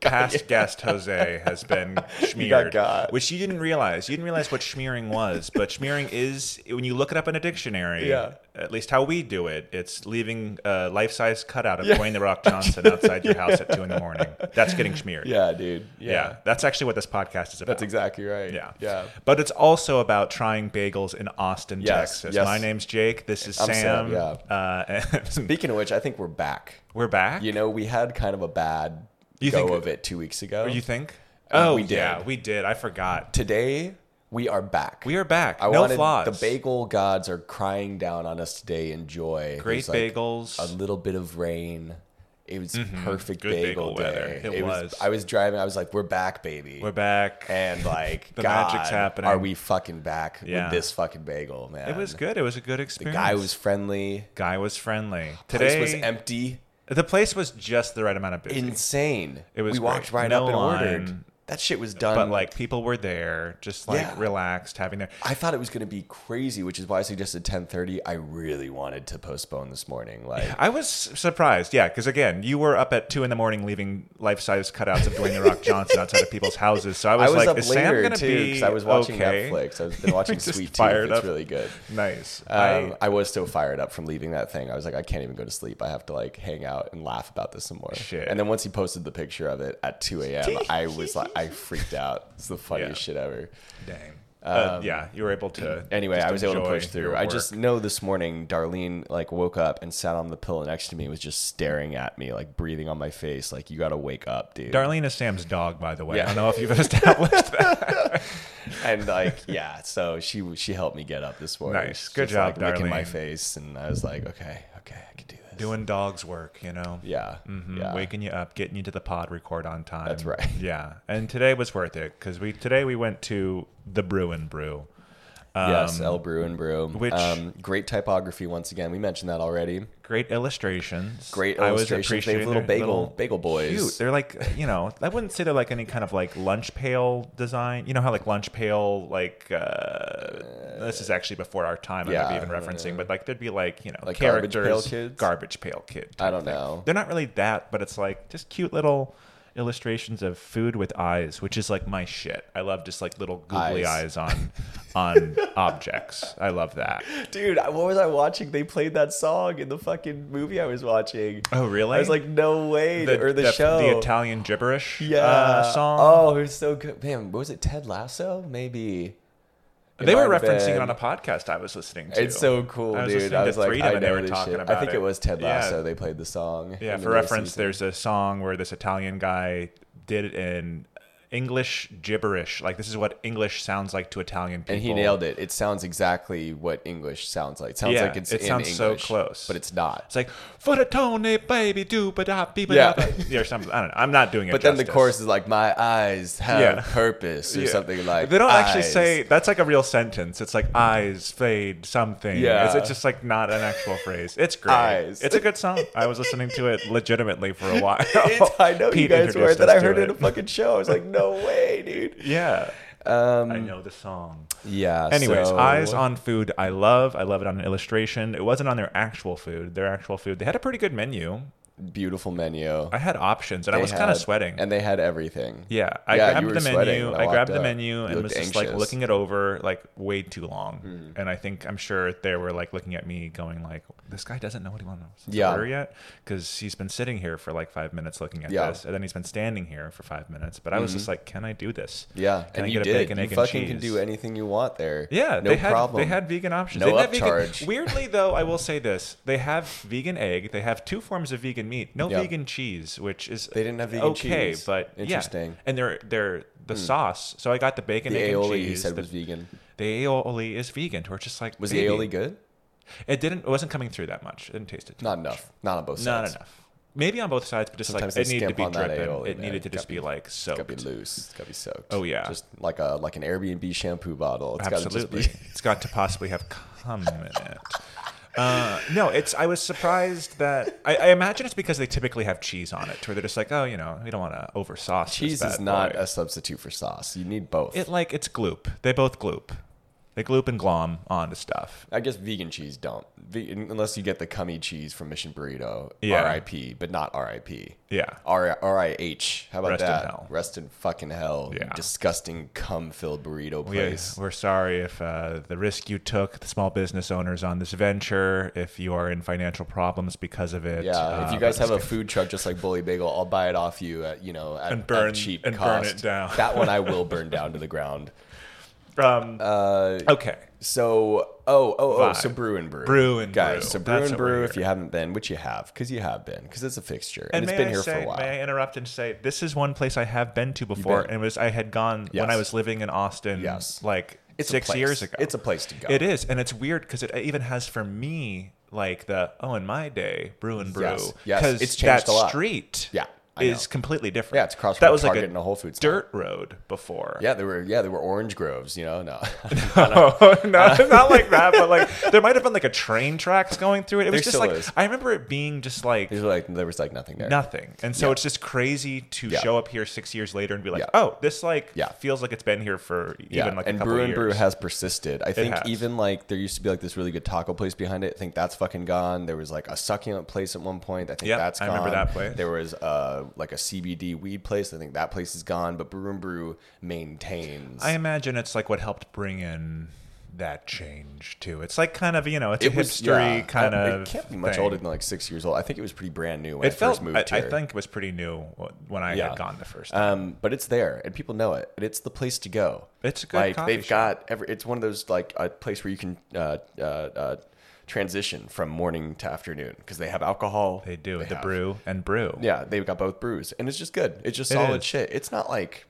Past guest Jose has been smeared,
got.
which you didn't realize. You didn't realize what smearing was, but smearing is when you look it up in a dictionary.
Yeah.
At least how we do it, it's leaving a life-size cutout of Dwayne the Rock Johnson outside your house at two in the morning. That's getting smeared.
Yeah, dude. Yeah,
Yeah. That's actually what this podcast is about.
that's exactly right.
Yeah.
yeah.
But it's also about trying bagels in Austin,
Yes,
Texas.
yes.
My name's Jake. This is
I'm
Sam.
Sam, yeah.
Uh, and
Speaking of which, I think we're back.
we're back.
You know, we had kind of a bad
You
go
think-
of it two weeks ago.
you think?
Uh,
Oh,
we did.
yeah, we did. I forgot.
Today we are back.
We are back.
I
no
wanted
flaws.
the bagel gods are crying down on us today in joy.
Great
There's, like,
bagels.
a little bit of rain. It was perfect
Mm-hmm. Good bagel
bagel,
weather.
day.
It was.
I was driving. I was like, "We're back, baby."
We're back.
And like,
The
God,
magic's happening.
Are we fucking back
Yeah.
with this fucking bagel, man?
it was good. It was a good
The
experience.
guy was friendly.
guy was friendly.
Place
Today
was empty.
the place was just the right amount of busy.
Insane.
it was
We
great.
walked right
No
up and
line.
ordered. That shit was done.
But like people were there, just like
Yeah.
relaxed, having their.
I thought it was going to be crazy, which is why I suggested 10:30. I really wanted to postpone this morning. Like,
I was surprised, yeah, because again, you were up at two in the morning leaving life-size cutouts of Dwayne the Rock Johnson outside of people's houses. So I
I
was,
was
like,
up
is Sam
later
gonna
too
be
I was watching
okay?
Netflix. I've been watching
Just
Sweet Tooth.
fired
It's
up.
really good.
Nice.
Um,
I,
I, was so fired up from leaving that thing. I was like, I can't even go to sleep. I have to like hang out and laugh about this some more.
Shit.
And then once he posted the picture of it at 2 a.m., I was like, I freaked out. It's the funniest shit ever.
dang. Uh, yeah, you were able to.
um, Anyway,
just
I was able to
enjoy
push
your
through. I
work.
just know this morning, Darlene like woke up and sat on the pillow next to me, and was just staring at me, like breathing on my face, like you got to wake up, dude.
Darlene is Sam's dog, by the way.
Yeah.
I don't know if you've established that.
and like yeah so she she helped me get up this morning
Nice.
She's
Good
just,
job,
like, licking my
Darlene.
face and i was like okay okay i can do this
Doing dog's work, you know.
yeah
Mhm,
yeah
Waking you up, getting you to the pod record on time.
That's right.
Yeah, and today was worth it because we today we went to the Brew and Brew. Um,
yes el brew and brew
which-
um, great typography once again we mentioned that already
great illustrations.
Great
I was
illustrations. They have
appreciating
little
their
bagel- bagel boys.
Cute. They're like you know. I wouldn't say they're like any kind of like lunch pail design. You know how like lunch pail like uh, this is actually before our time. I'm
Yeah.
not even referencing, but like there'd be like you know
Like Garbage
characters,
Pail Kids?
garbage pail kid.
i don't know
They're not really that, but it's like just cute little illustrations of food with eyes, which is like my shit. I love just like little googly eyes,
Eyes.
on on objects. I love that.
dude I- what was i watching they played that song in the fucking movie i was watching
Oh, really?
i was like no way or the, show
the Italian gibberish
yeah
uh, song.
oh it was so good man what was it ted lasso maybe It
they were
might have
referencing
been-
it on a podcast I was listening to.
It's so cool,
I was
dude.
listening
I
to
was like,
Freedom
I
and they
know
were
this
talking
shit. I
about
think it.
it.
was Ted
Yeah.
Lasso. They played the song.
Yeah,
in
for
the new
reference,
season.
there's a song where this Italian guy did it in English gibberish. Like this is what English sounds like to Italian people.
and he nailed it. It sounds exactly what English sounds like. It sounds
Yeah,
like it's
it
in
sounds so
English,
close.
but it's not.
It's like for the Tony baby do but da be
Yeah.
yeah. or something. I don't know. I'm not doing it.
But then the
justice.
chorus is like, "My eyes have
Yeah.
purpose" or
Yeah.
something like.
They don't actually
eyes.
say that's like a real sentence. It's like eyes fade something.
Yeah.
It's, it's just like not an actual phrase. It's great.
Eyes.
It's a good song. I was listening to it legitimately for a while.
It's, I know you
"Oh, Pete
guys were.
introduced
That
us
I
to
heard it in a fucking show. I was like, "No way, dude."
Yeah.
Um.
I know the song.
Yeah.
Anyways,
so-
eyes on food I love. I love it on an illustration. It wasn't on their actual food. Their actual food. They had a pretty good menu.
beautiful menu.
I had options and I
They
was kind
had-
of sweating.
and they had everything.
Yeah, I
Yeah, you were
grabbed the
sweating
menu.
when I
I,
walked
grabbed the
up.
menu
You
and was just
looked
like
anxious. Hmm.
looking it over like way too long. And I think I'm sure they were like looking at me, going like, "This guy doesn't know what he wants to
Yeah.
order yet," because he's been sitting here for like five minutes looking at
Yeah. Mm-hmm.
this, and then he's been standing here for five minutes. But I was just like, "Can I do this?"
Yeah,
Can
and
I
you
get a
did.
bacon,
you
egg, and
fucking can
cheese?
do anything you want there.
Yeah,
no
they had
problem.
they had vegan options.
No
they didn't have vegan-
upcharge.
Weirdly though, I will say this: they have vegan egg. They have two forms of vegan meat. No
Yeah.
vegan cheese, which is
They didn't have vegan
okay,
cheese.
but yeah.
Interesting. Hmm.
And they're they're the sauce. So I got the bacon
the
egg and
aioli
cheese.
he said
the,
was vegan.
the aioli is vegan. We're just like
Was
baby.
the aioli good?
It didn't. It wasn't coming through that much. It didn't taste it. too
Not
much.
enough. Not on both sides.
Not enough. Maybe on both sides, but just
Sometimes they
like it needed to
skimp
be
on that
dripping.
aioli,
it
man.
needed to
It's
just
gotta
be, like
It's gotta
soaked.
be loose. It's gotta be soaked.
Oh, yeah.
Just like a like an Airbnb shampoo bottle. It's
Absolutely.
gotta just be
it's got to possibly have come in it. Uh, no, it's. I was surprised that I, I imagine it's because they typically have cheese on it, where they're just like, oh, you know, we don't want to over sauce.
cheese is not a substitute for sauce. You need both.
It like it's gloop. They both gloop. They gloop and glom onto stuff.
I guess vegan cheese don't. Ve- unless you get the cummy cheese from Mission Burrito.
Yeah.
R.I.P. But not R.I.P.
Yeah.
R I H. How about
Rest in
that?
hell.
Rest in fucking hell. you
Yeah.
Disgusting cum filled burrito
We,
place.
we're sorry if uh, the risk you took, the small business owners on this venture, if you are in financial problems because of it.
Yeah.
uh,
if you guys
but
have a food truck just like Bully Bagel, I'll buy it off you at you know at,
And
at
burn-
cheap
and burn
cost.
it down.
that one I will burn down to the ground.
it's- um,
Uh,
okay.
so oh oh oh so
Vibe.
brew and brew
Brew and
guys
Brew.
so brew
That's
and
what we're
brew if
here.
you haven't been which you have because you have been because it's a fixture and,
And
it's
may
been
I
here
say,
for a while.
May I interrupt and say this is one place I have been to before,
been.
and it was I had gone
Yes.
when I was living in Austin,
Yes.
like
It's a
six
place.
years ago.
It's a place to go.
It is, and it's weird because it even has for me like the oh in my day brew and brew
Yes. Yes. It's changed
that
a lot.
street
Yeah. know.
is completely different.
Yeah, it's across from
That
a
was like
Target and a Whole Foods now.
dirt road before.
Yeah, they were yeah they were orange groves. You know, no,
no, not like that. But like, there might have been like a train tracks going through it. It was
There
just
still
like
is.
I remember it being just like
These were like there was like nothing there.
nothing. And so it's just crazy to show up here six years later and be like,
Yeah.
oh, this like
Yeah.
feels like it's been here for even
Yeah,
like a
and
couple
Brew
of
and Brew
years.
has persisted. I think
has.
even like there used to be like this really good taco place behind it. I think that's fucking gone. There was like a succulent place at one point. I think
Yep,
that's
I
gone.
remember that place.
There was uh like a CBD weed place. I think that place is gone. But Brew and Brew maintains.
I imagine it's like what helped bring in that change too. It's like kind of you know, it's a
It was-
hipstery
yeah,
kind
I-
of.
It can't be much
thing.
older than like six years old. I think it was pretty brand new when
It
I
felt.
first moved
I, I
here.
think it was pretty new when I
Yeah.
had gone the first time.
Um, but it's there, and people know it, and it's the place to go.
It's a good
like
coffee
they've
shop.
got every. It's one of those like a place where you can uh, uh, uh, transition from morning to afternoon because they have alcohol.
they do the
have-
brew and brew.
Yeah, they've got both brews, and it's just good. It's just
It
solid
is.
shit. It's not like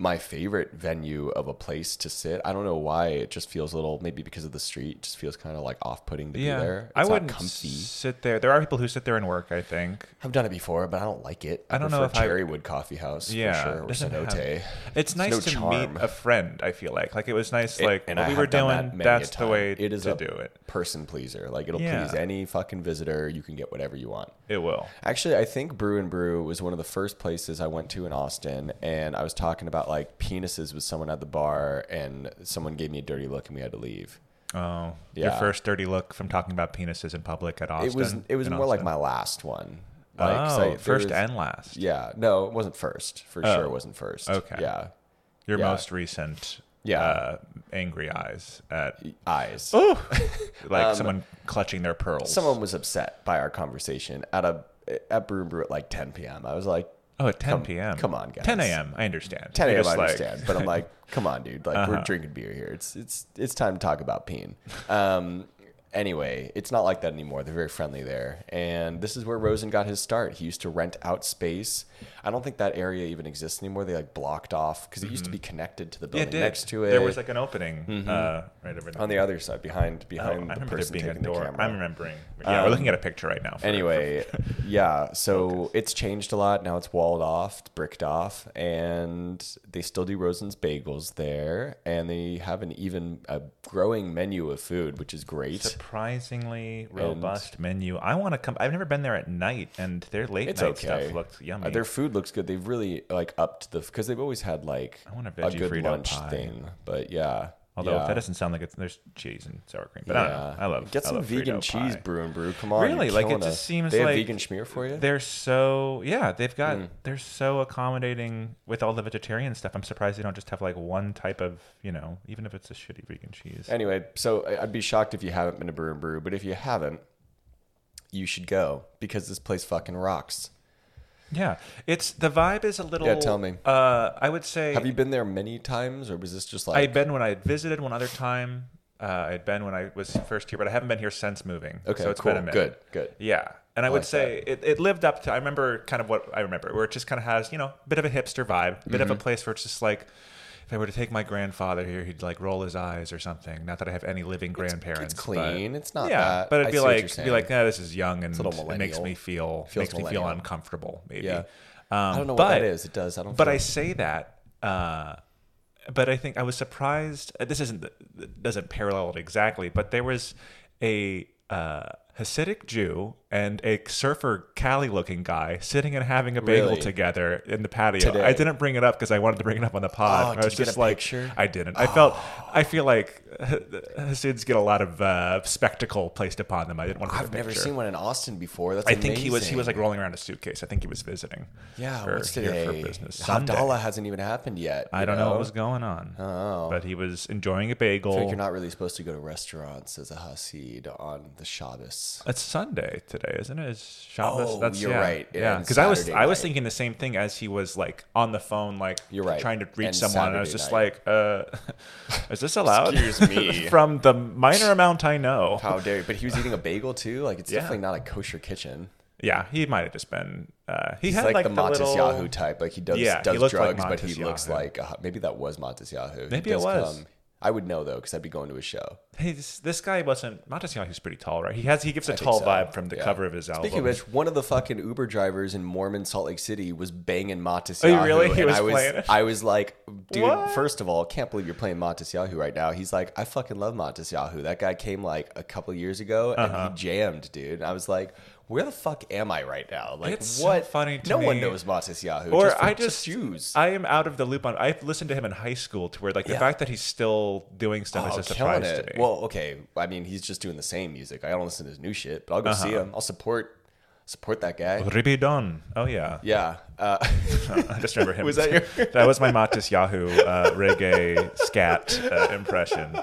my favorite venue of a place to sit. I don't know why. It just feels a little maybe because of the street. It just feels kind of like off-putting to be there. It's
I
not
wouldn't
comfy.
sit there. There are people who sit there and work. I think.
I've done it before, but I don't like it. I,
I don't know
prefer
if I-
Cherrywood Coffee House.
Yeah,
for sure, or
doesn't have-
Cenote.
It's nice
no
to
charm.
meet a friend. I feel like like it was nice.
It-
Like
and
what
I
we
have
were
done that
doing.
many a
that's the
time.
way
It is
to
a-
do it.
person pleaser. Like it'll
Yeah.
please any fucking visitor. You can get whatever you want.
It will.
Actually, I think Brew and Brew was one of the first places I went to in Austin, and I was talking about like penises with someone at the bar, and someone gave me a dirty look, and we had to leave.
Oh, your
Yeah.
first dirty look from talking about penises in public at Austin.
it was it was
in
more like
Austin.
my last one. Like,
oh,
so there
first
was-
and last.
yeah, no, it wasn't first for
Oh.
sure. It wasn't first.
Okay.
yeah,
Your
Yeah.
most recent.
Yeah.
Uh, angry eyes at
eyes.
like
Um,
someone clutching their pearls.
Someone was upset by our conversation at a at Brew and Brew at like 10 p.m. I was like,
Oh, at 10 p.m.
come on, guys.
10 a.m. I understand.
10
You're
a.m. I
just like- Uh-huh.
understand, but I'm like, come on, dude. Like we're drinking beer here. It's it's it's time to talk about peen. Um, anyway, it's not like that anymore. They're very friendly there, and this is where Rosen got his start. He used to rent out space. I don't think that area even exists anymore. They like blocked off because it used to be connected to the
Mm-hmm. Yeah,
building
it did.
next to it. Mm-hmm.
There was like an opening uh, right over there.
on the other side behind
Oh, I
behind the
remember there
person
being a
taking the
door.
camera.
I'm remembering. Yeah, we're looking at a picture right now. for-
Anyway, yeah. So it's changed a lot. Now it's walled off, it's bricked off, and they still do Rosen's bagels there, and they have an even a growing menu of food, which is great.
surprisingly robust menu. I want to come. I've never been there at night, and their late
it's
night
okay.
stuff looked yummy.
Uh, Their food looks good. They've really like upped the because they've always had like
I want a
a
veggie
good
Frito
lunch
pie.
thing. But yeah,
Although
yeah.
that doesn't sound like it's there's cheese and sour cream, but I don't know. I love
get
I
some
love
vegan
Frito
cheese
pie.
brew and brew. Come on, you're
Really, like, it
killing
just
us.
seems
they have
like
vegan schmear for you.
They're so yeah, they've got
Mm.
they're so accommodating with all the vegetarian stuff. I'm surprised they don't just have like one type of you know, even if it's a shitty vegan cheese.
Anyway, so I- I'd be shocked if you haven't been to Brew and Brew, but if you haven't, you should go because this place fucking rocks.
Yeah, it's the vibe is a little.
Yeah, tell me.
Uh, I would say
Have you been there many times, or was this just
I had
like
been when I had visited one other time. Uh, I had been when I was first here, but I haven't been here since moving.
okay,
so it's
cool,
been a minute.
good, good.
Yeah. And I would
like
say it, it lived up to, I remember kind of what I remember, where it just kind of has, you know, a bit of a hipster vibe, a bit
Mm-hmm.
of a place where it's just like, if I were to take my grandfather here, he'd like roll his eyes or something. Not that I have any living grandparents.
It's
but-
clean. It's not
yeah,
that.
but
I
it'd be
see what
like,
you're
it'd be
saying.
like, nah, this is young and
little
it makes
millennial.
me feel
Feels
makes me feel
millennial.
uncomfortable. Maybe.
Yeah.
Um,
I don't know
but,
what that is. It does. I don't.
But
feel-
I say that, uh, but I think I was surprised. uh, This isn't it doesn't parallel it exactly, but there was a uh, Hasidic Jew and a surfer Cali looking guy sitting and having a bagel
Really?
together in the patio.
Today.
I didn't bring it up because I wanted to bring it up on the
Oh,
pod. I
did
was
you get
just
a
like,
picture? Oh.
I didn't. I felt. I feel like uh, Hasids get a lot of uh, spectacle placed upon them. I didn't want to.
I've never seen one in Austin before. That's
I think he was he was
amazing.
like rolling around a suitcase. I think he was visiting.
yeah.
for-
what's
here
today?
for business. Sunday.
Havdalah hasn't even happened yet.
I
you
don't know what was going on. But he was enjoying a
I feel
bagel.
like Oh. you're not really supposed to go to restaurants as a Hasid on the Shabbos.
it's Sunday today, isn't it? It's Shabbos.
Oh,
That's
you're
yeah.
right. It
Yeah,
ends
because I was
Saturday
I was
night.
thinking the same thing as he was like on the phone, like
You're right.
trying to reach
And
someone. and I was
Saturday
just
night.
like, uh, is this allowed?
Excuse me.
From the minor amount I know.
How dare you? But he was eating a bagel too. Like it's
Yeah.
definitely not a kosher kitchen.
Yeah, he might have just been. Uh, he
He's
had
like,
like,
the Montes
little,
Yahoo type. Like he does
Yeah, he
does
looked like
drugs, but he
Montes
looks
Yahoo.
like a, maybe that was Montes Yahoo. He
Maybe it
does
was.
come- I would know though because I'd be going to a show.
He's, this guy wasn't Montesinos. He's pretty tall, right? He has he gives a
I think
tall
so.
vibe from the
Yeah.
cover of his album.
Speaking of which, one of the fucking Uber drivers in Mormon Salt Lake City was banging Montes
Oh, you
Yahoo,
really? He
and
was
I was,
playing it?
I was like, dude,
What?
first of all, can't believe you're playing Montes Yahoo right now. He's like, I fucking love Montes Yahoo. That guy came like a couple years ago and
Uh-huh.
he jammed, dude. And I was like, where the fuck am I right now? Like,
It's so
what?
funny to
no one
me.
knows Montes Yahoo.
or
just,
I just
just Jews.
I am out of the loop on. I listened to him in high school to where like the
Yeah. Oh,
fact that he's still doing stuff is a
killing
surprise to me.
Well, okay. I mean, he's just doing the same music. I don't listen to his new shit, but I'll go
Uh-huh.
see him. I'll support support that guy.
Ribidon. Oh yeah.
Yeah. Uh,
I just remember him.
Was that your-
that was my Matis Yahoo uh, reggae scat uh, impression.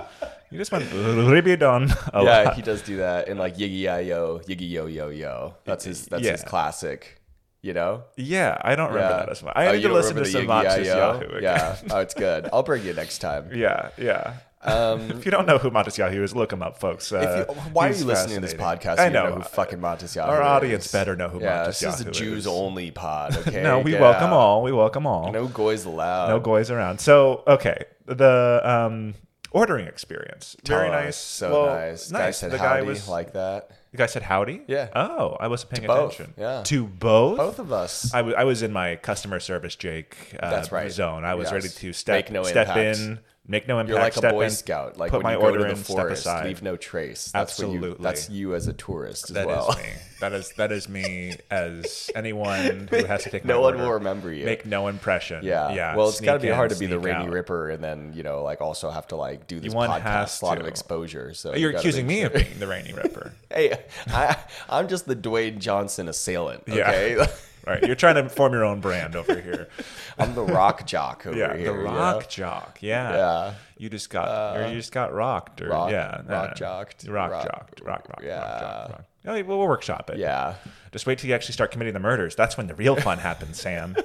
You just went Ribidon. a
yeah,
lot.
he does do that in like Yiggy I Yo, Yiggy Yo Yo Yo. That's his. That's his
Yeah.
classic. You know.
yeah. I don't remember
Yeah.
that as much. I
Oh,
need
you
to
don't
listen to
remember
some
the Yiggy I
Matis
Yo?
Yahoo. Again.
Yeah. Oh, it's good. I'll bring you next time.
Yeah, yeah.
Um,
If you don't know who Montes Yahoo is, look him up, folks. Uh,
if you, why are
he's
you listening to this
fascinating.
podcast?
I
and you
know.
don't know who fucking Montes Yahoo
Our
is?
audience better know who
Yeah,
Montes
this is
Yahoo
a Jews
is.
only pod. Okay.
No, we
Yeah.
welcome all. We welcome all. No,
No goys allowed.
goys Oh, around. So, okay, the um, ordering experience. Very
Oh,
nice.
So
Well,
nice. Guy said
the
howdy
guy was.
like that.
the guy said howdy.
Yeah.
Oh, I wasn't paying
both,
attention.
yeah.
To both.
Both of us.
I, w- I was in my customer service Jake uh,
That's right.
zone. I was
Yes.
ready to step
Make no
step
impact.
in, make no impact.
You're like a
step
Boy
in,
Scout. Like
put
when
my
you
order
go to the
in,
forest,
step aside.
leave no trace. That's what you,
Absolutely.
that's you as a tourist as
That is
well.
me. That is that is me as anyone who has to take.
No
my
one
order.
will remember you.
Make no impression.
yeah.
yeah.
Well, it's got to
sneak
be
in,
hard to be the
sneak
Rainy
out.
Ripper and then, you know, like also have to like do this
One
podcast
has
lot
to.
of exposure. So you
You're
gotta
accusing
make
me of being the rainy ripper,
sure- Hey, I, I'm just the Dwayne Johnson assailant.
Yeah.
Okay.
right? You're trying to form your own brand over here.
I'm the rock jock over
Yeah,
here.
the
you know?
rock jock. Yeah,
Yeah. Uh,
You just got or you just got rocked or
rock-
yeah, no,
rock
no.
jocked.
rock,
Rock-
jocked, rock, rock, rock,
Yeah.
jock, rock. Oh, we'll we'll workshop it.
Yeah.
Just wait till you actually start committing the murders. That's when the real fun happens, Sam.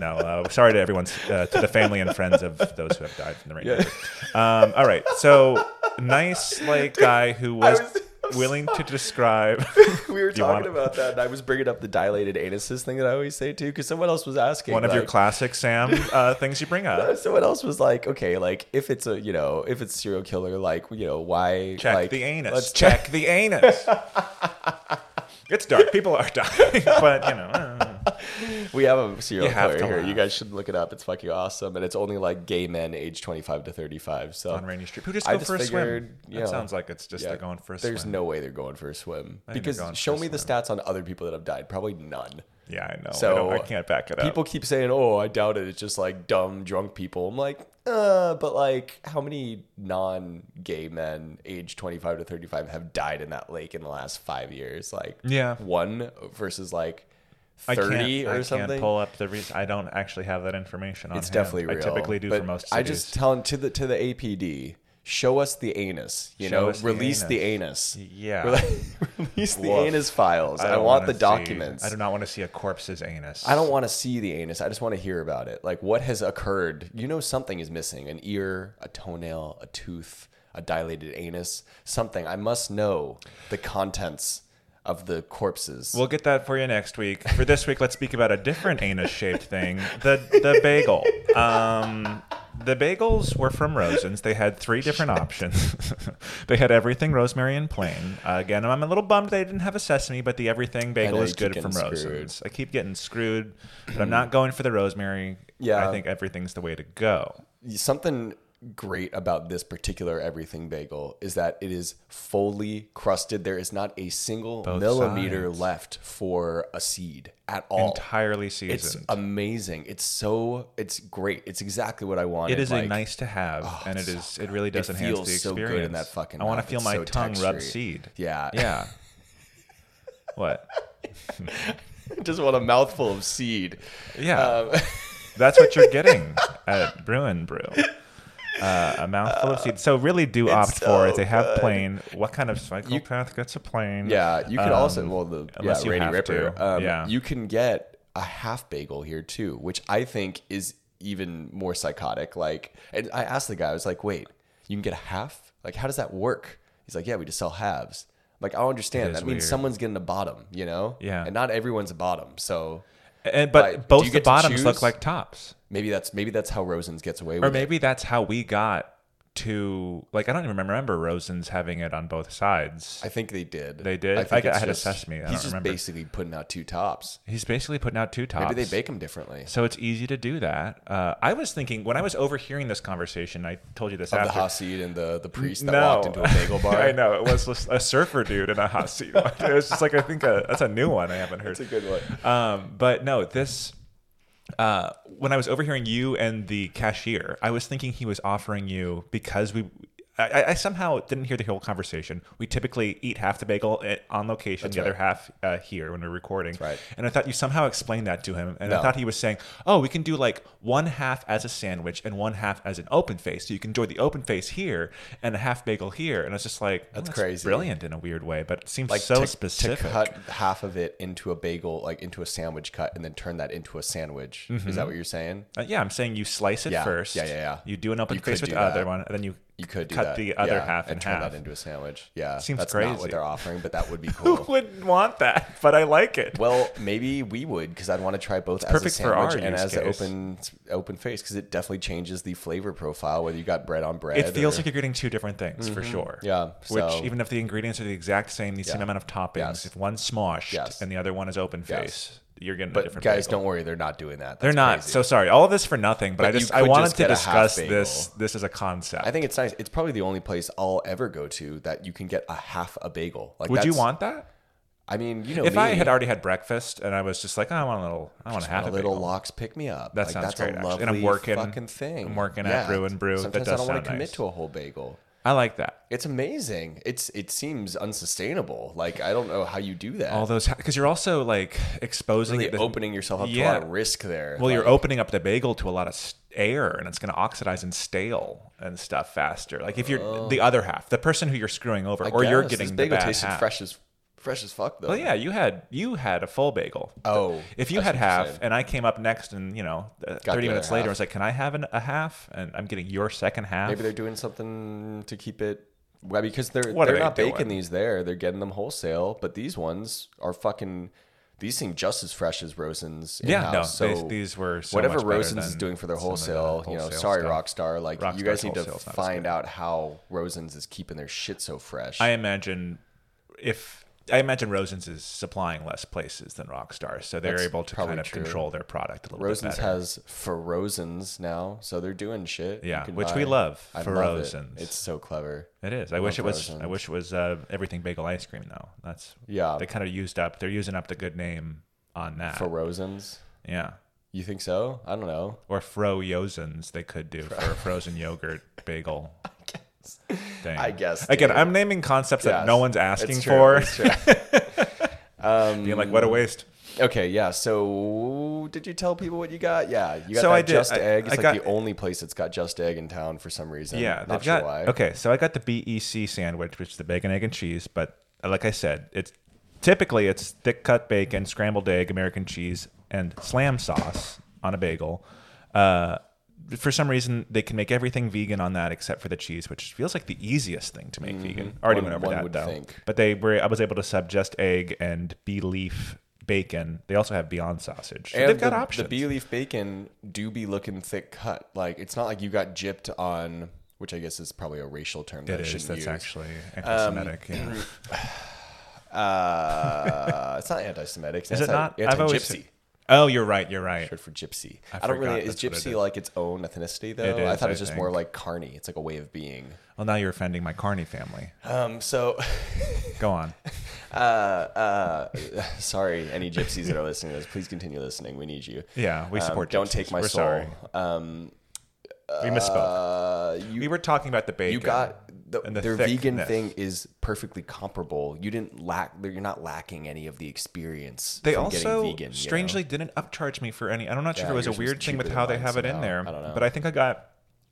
No, uh, sorry to everyone's, uh, to the family and friends of those who have died from the rain. Um, all right, so nice like guy who was,
was- I'm
willing to describe.
we were
Do you want-
talking about that, and I was bringing up the dilated anuses thing that I always say too, because someone else was asking.
One of your
like-
classic Sam uh, things you bring up.
Someone else was like, okay, like if it's a you know if it's serial killer, like you know why
Check
like,
the anus.
Let's check.
check the anus. it's dark. People are dying, but you know. uh,
We have a serial
You have
killer
to
here.
laugh.
You guys should look it up. It's fucking awesome, and it's only like gay men aged twenty five to thirty five. So
on Rainy Street. Who just
I
go
just
for a
figured,
swim?
you
That
know,
sounds like it's just
yeah,
they're going for a
There's
swim.
no way they're going for a swim
think they're
because
going for
show
a
me the
swim.
stats on other people that have died. Probably none.
yeah, I know.
So,
I, don't- I can't back it up.
People keep saying, "Oh, I doubt it. It's just like dumb drunk people." I'm like, uh, but like, how many non-gay men aged 25 to 35 have died in that lake in the last five years? Like,
Yeah.
one versus like
I
30
can't,
or
I
something.
Can't pull up the reason. I don't actually have that information on.
it's
hand.
definitely real.
I typically do
but
for most.
I just tell 'em to the to the APD. Show us the anus, you
Show
know.
us the
Release the anus.
cities. yeah.
Release the
Woof.
anus files. I,
don't
want
wanna
the
see-
documents.
I do not want to see a corpse's anus.
I don't want to see the anus. I just want to hear about it. Like what has occurred? You know something is missing. An ear, a toenail, a tooth, a dilated anus, something. I must know the contents of the corpses.
We'll get that for you next week. For this week, let's speak about a different anus-shaped thing: the the bagel. Um, the bagels were from Rosen's. They had three different options. they had everything rosemary and plain. Uh, again, I'm a little bummed they didn't have a sesame, but the everything bagel
know,
is
you keep
good from
getting screwed.
Rosen's. I keep getting screwed, but I'm not going for the rosemary.
Yeah.
I think everything's the way to go.
something great about this particular everything bagel is that it is fully crusted. There is not a single millimeter
sides.
left for a seed at all.
entirely
it's
seasoned.
amazing. It's so it's great. It's exactly what I wanted.
it is a
Like, Oh,
nice to have, and it is it really does
it
enhance the
feels so
experience.
good in that fucking.
I want to
mouth.
feel
It's
my
so
tongue rub
textury.
seed.
Yeah,
Yeah. what?
just want a mouthful of seed.
Yeah,
Um,
that's what you're getting at Bruin Brew. Uh, a mouthful of seed. So really, do opt for it.
so
They have plain. What kind of psychopath gets a plain?
yeah, you could
Um,
also well the yeah,
unless you
Rainy
have
Ripper.
to.
Um,
Yeah.
you can get a half bagel here too, which I think is even more psychotic. Like, and I asked the guy, I was like, "Wait, you can get a half? Like, how does that work?" He's like, "Yeah, we just sell halves." I'm Like, I don't understand.
is
That means
weird.
someone's getting a bottom, you know?
Yeah.
and not everyone's a bottom, so.
And, eh, but
Like, do you
both the
get to
bottoms
choose?
look like tops.
Maybe that's maybe that's how Rosen's gets away with
Or
it.
maybe that's how we got to like I don't even remember Rosen's having it on both sides.
I think they did.
They did?
I, think
I- I
it's
had a
just-
sesame, I
He's
don't
just
remember.
basically putting out two tops.
He's basically putting out two tops.
Maybe they bake them differently.
So it's easy to do that. Uh, I was thinking when I was overhearing this conversation, I told you this
Of the
after.
Hasid and the, the priest that
no.
walked into a bagel bar.
I know it was just a surfer dude in a hot seat. It was just like I think a, that's a new one I haven't heard.
It's a good one.
Um, but no, this. Uh, when I was overhearing you and the cashier, I was thinking he was offering you because we. I- I, I somehow didn't hear the whole conversation. We typically eat half the bagel at, on location, the other
right.
half uh, here when we're recording.
right.
And I thought you somehow explained that to him, and I
No.
thought he was saying, "Oh, we can do like one half as a sandwich and one half as an open face, so you can enjoy the open face here and a half bagel here." And it's just like oh, that's,
crazy.
brilliant in a weird way, but it seems
Like
so
to,
specific.
to cut half of it into a bagel, like into a sandwich cut, and then turn that into a sandwich. Is that what you're saying?
Uh, yeah, I'm saying you slice it
Yeah,
first.
yeah, yeah, yeah.
You do an open
You could
face with
do
the other
that.
one, and then you,
You could do
cut
that.
the other
yeah,
half in
and turn
half.
that into a sandwich. Yeah,
Seems
that's not
crazy.
what they're offering, but that would be
Who
cool.
wouldn't want that? But I like it.
Well, maybe we would because I'd want to try both as a
perfect for our
sandwich and
use
as an
case.
open open face because it definitely changes the flavor profile whether you got bread on bread.
it feels
or-
like you're getting two different things for sure.
Mm-hmm. Yeah, so-
Which even if the ingredients are the exact same, the same
Yeah.
amount of toppings,
Yes.
if one's smoshed
Yes.
and the other one is open
Yes.
face, you're getting a
but
different.
guys,
bagel.
don't worry, they're not doing that.
They're
That's
not.
crazy.
So sorry. All of this for nothing. But, I
But you
just I
could
wanted
just
to
get a half
discuss this.
bagel.
This as a concept.
I think it's nice. It's probably the only place I'll ever go to that you can get a half a bagel. Like,
Would you
that's-
want that?
I mean, you know,
If I
me,
had already had breakfast and I was just like, oh, I want a little, I want a half
a
a
little
bagel.
locks pick me up.
That
like,
sounds
that's
great,
a
actually.
lovely
And I'm working-
fucking thing.
I'm working at Brew and Brew. That
Sometimes
does
I don't wanna
sound
commit
nice.
to a whole bagel.
I like that.
It's amazing. It's it seems unsustainable. Like I don't know how you do that.
all those because you're also like exposing
really
it to-
opening yourself up to a lot
Yeah.
of risk there.
well you're
Like,
opening up the bagel to a lot of s- air and it's going to oxidize and stale and stuff faster like if you're the other half the person who you're screwing over
Oh. I
or you're
guess.
getting
this
the
bagel
bad
tasted
half.
fresh as fresh as fuck though.
well yeah you had you had a full bagel
Oh,
if you had
that's what you're
half
saying.
and i came up next and you know uh,
the
30 minutes
other
later i
half.
was like can i have an, a half and i'm getting your second half
maybe they're doing something to keep it. Well, because they're
What are
they're
they
not
doing?
baking these there. They're getting them wholesale, but these ones are fucking. These seem just as fresh as Rosen's.
Yeah,
in-house.
no,
so
these- these were so
whatever
much better
Rosen's is
than
doing for their
some of the
wholesale. you know,
wholesale
sorry,
stuff.
Rockstar. Like
Rockstar's
you guys need to
wholesale's not as
find out how Rosen's is keeping their shit so fresh.
I imagine if I imagine Rosen's is supplying less places than Rockstar, so they're
That's
able to
probably
kind of
true.
control their product a little
Rosen's
bit better.
has Ferozens now, so they're doing shit.
Yeah,
you can
which we
buy.
love,
I love it.
Ferozens.
It's so clever.
it is. I wish it
love
was. I
Rosen's.
wish it was uh, everything bagel ice cream though. That's
Yeah.
They kind of used up. They're using up the good name on that.
Ferozens.
yeah.
You think so? I don't know.
Or Froyozens they could do for a frozen yogurt bagel. Thing.
I guess,
Again,
dude.
I'm naming concepts that
Yes.
no one's
It's
asking
true,
for.
it's true.
Being like, what a waste.
okay, yeah. So did you tell people what you got? Yeah, you got
So
that
I did.
Just
I-
Egg. It's
I
like
got-
the only place that's got Just Egg in town for some reason.
Yeah,
not
they've
sure
got
why.
okay. So I got the BEC sandwich, which is the bacon, egg, and cheese. But like I said, it's typically it's thick cut bacon, scrambled egg, American cheese, and slam sauce on a bagel. Uh, for some reason, they can make everything vegan on that except for the cheese, which feels like the easiest thing to make vegan. Already
Mm-hmm. One-
went over
one
that
would
though.
think.
But they were I was able to sub just egg and bee leaf bacon. They also have Beyond sausage. So
And
they've got
the,
options.
The bee leaf bacon do be looking thick cut. Like it's not like you got gypped on, which I guess is probably a racial term that
it
I
is.
shouldn't
That's
use.
actually
Um,
anti-Semitic. yeah.
Uh, it's not anti-Semitic. It's
Is it not?
anti- Anti-gypsy.
Gypsy. Oh, you're right. You're right.
Short for gypsy. I, don't
forgot
really. Is
that's what it
gypsy
is.
like its own ethnicity though?
It
I
is,
thought
I
it was just more
think.
like carny. It's like a way of being.
Well, now you're offending my Carney family.
Um. So.
Go on.
uh, uh, sorry, any gypsies that are listening to this, please continue listening. We need you.
Yeah, we
Um,
support.
don't
gypsies.
take my
We're
soul.
Sorry.
Um,
We misspoke.
uh, you,
we were talking about the bacon.
you got the,
and the
their vegan
thickness.
thing is perfectly comparable. You didn't lack. You're not lacking any of the experience.
They
from
also
getting vegan, you know?
strangely didn't upcharge me for any. I'm not sure if
Yeah,
it was a
yours was
weird thing with
cheaper
how
than
they
mine
have it in
somehow.
there.
I don't know.
But I think I got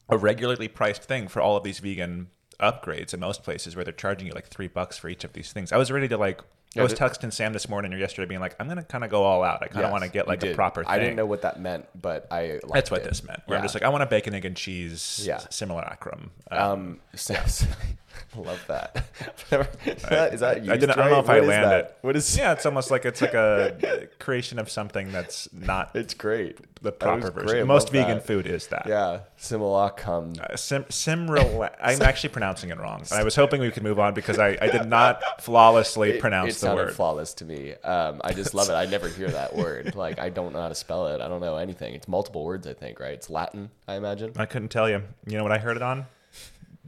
a regularly priced thing for all of these vegan upgrades in most places where they're charging you like three bucks for each of these things. I was ready to like I was texting Sam this morning or yesterday, being like, "I'm gonna kind of go all out. I kind of
Yes,
want to get
you
like a
did.
proper thing."
I didn't know what that meant, but I liked
That's what
it.
this meant. Where I'm
Yeah.
just like, I want a bacon, egg, and cheese
Yeah.
simulacrum.
Um, so- I love that. is that
I, didn't, I don't know if I land
landed.
it.
What is?
Yeah, it's almost like it's like a creation of something that's not
It's great.
the
That was
proper version.
great. I
Most
love
vegan
that.
food is that.
Yeah, simulacrum.
Uh, Sim, simrela- I'm actually pronouncing it wrong. And I was hoping we could move on because I, I did not flawlessly
It-
pronounce
it
the
sounded
word.
flawless to me. Um, I just love it. I never hear that word. Like I don't know how to spell it. I don't know anything. It's multiple words. I think right. It's Latin. I imagine.
I couldn't tell you. You know what I heard it on?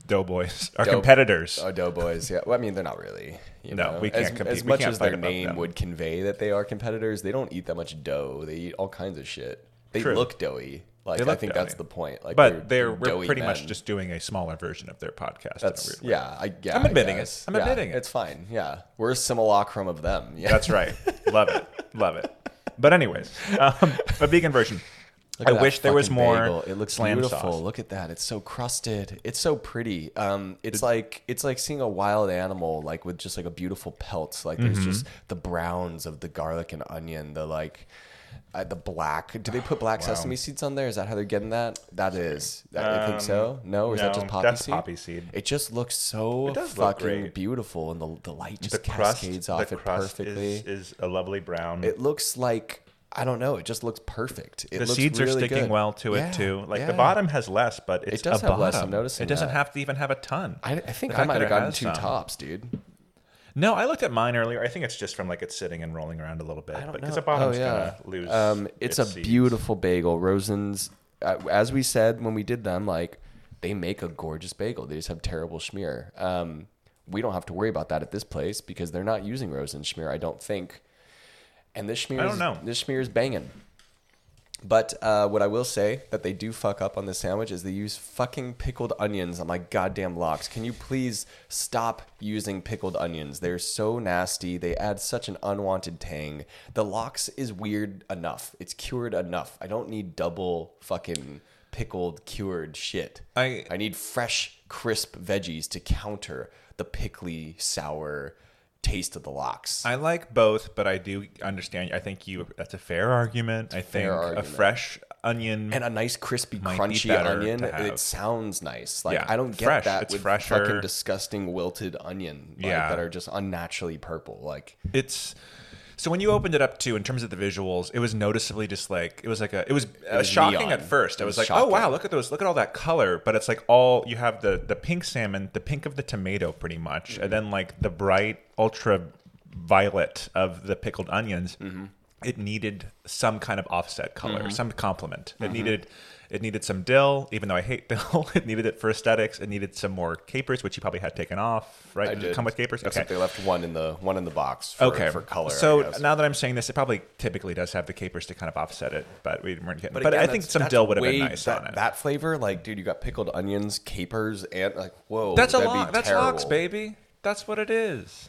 Doughboys. Our
Dough-
competitors.
Oh, Doughboys. Yeah. Well, I mean, they're not really. You
No,
know?
we can't
as,
compete.
As
We
much
can't
as
fight
their
about
name
them.
would convey that they are competitors, they don't eat that much dough. They eat all kinds of shit. They
True.
look doughy. Like
They
I
look
think that's
doughy.
the point. Like,
but they're, we're
doughy
pretty much
men.
just doing a smaller version of their podcast. in a
That's
weird way.
yeah. I, yeah.
I'm admitting
I
it.
guess.
I'm
Yeah,
admitting it.
It's fine. Yeah, we're a simulacrum of them. Yeah.
That's right. Love it. Love it. But anyways, um, a vegan version. I
Look at
wish
that
there was
fucking
more.
bagel. It looks
slam
beautiful.
sauce.
Look at that. It's so crusted. It's so pretty. Um, it's like it's like seeing a wild animal like with just like a beautiful pelt. Like there's
Mm-hmm.
just the browns of the garlic and onion. The like. Uh, the black. Do they put black sesame seeds on there? Is that how they're getting that? That is. I- I think so. No, or is that
Um, no,
just poppy
that's
seed?
poppy seed.
It just looks so
does look
fucking
great.
beautiful, and the, the light just
The crust,
cascades off
the
it
crust
perfectly.
Is, is a lovely brown.
It looks like I don't know. It just looks perfect.
the
It looks
seeds are
really
sticking
good.
well to it
Yeah,
too. Like
yeah.
the bottom has less, but it's
does
a
have
bottom.
less, I'm noticing
it doesn't
that.
have to even have a ton.
I, I think
The
I
fact
might
that
have
it
gotten
has
two
some.
tops, dude.
No, I looked at mine earlier. I think it's just from like it's sitting and rolling around a little bit.
don't
Because
know.
the bottom's
Oh, yeah.
gonna lose.
Um, it's a
seeds.
beautiful bagel. Rosen's, uh, as we said when we did them, like they make a gorgeous bagel. They just have terrible schmear. Um, we don't have to worry about that at this place because they're not using Rosen schmear, I don't think. And this schmear,
I don't
is,
know.
this schmear is banging. But uh, what I will say that they do fuck up on this sandwich is they use fucking pickled onions on my goddamn locks. Can you please stop using pickled onions? They're so nasty. They add such an unwanted tang. The lox is weird enough. It's cured enough. I don't need double fucking pickled cured shit.
I-
I need fresh crisp veggies to counter the pickly sour taste of the lox.
I like both, but I do understand. I think you. That's a fair argument. I think
fair
a
argument.
fresh onion.
and a nice crispy
Might be
crunchy
better
onion.
to have.
It sounds nice. Like
Yeah,
I don't get
fresh.
that
It's
with
fresher.
fucking disgusting wilted onion like,
Yeah.
that are just unnaturally purple. Like
it's so when you opened it up too in terms of the visuals it was noticeably just like it was like a it was, uh,
was
shocking
neon.
at first
It
it
was
was, like oh
shocking.
wow look at those look at all that color but it's like all you have the the pink salmon the pink of the tomato pretty much
Mm-hmm.
and then like the bright ultra violet of the pickled onions
Mm-hmm.
it needed some kind of offset color some complement
Mm-hmm.
it needed it needed some dill even though i hate dill it needed it for aesthetics it needed some more capers which you probably had taken off right
I
Did it
did
come with capers
Except they left one in the one in the box. For,
okay
for color. I
So
guess.
now that I'm saying this, it probably typically does have the capers to kind of offset it, but we weren't getting. But,
again,
I think
that's-
some
that's
dill would have been
way-
nice
that,
on it.
That flavor, like dude, you got pickled onions, capers, and like whoa,
that's a
that'd be
lock. That's
terrible.
locks, baby. That's what it is.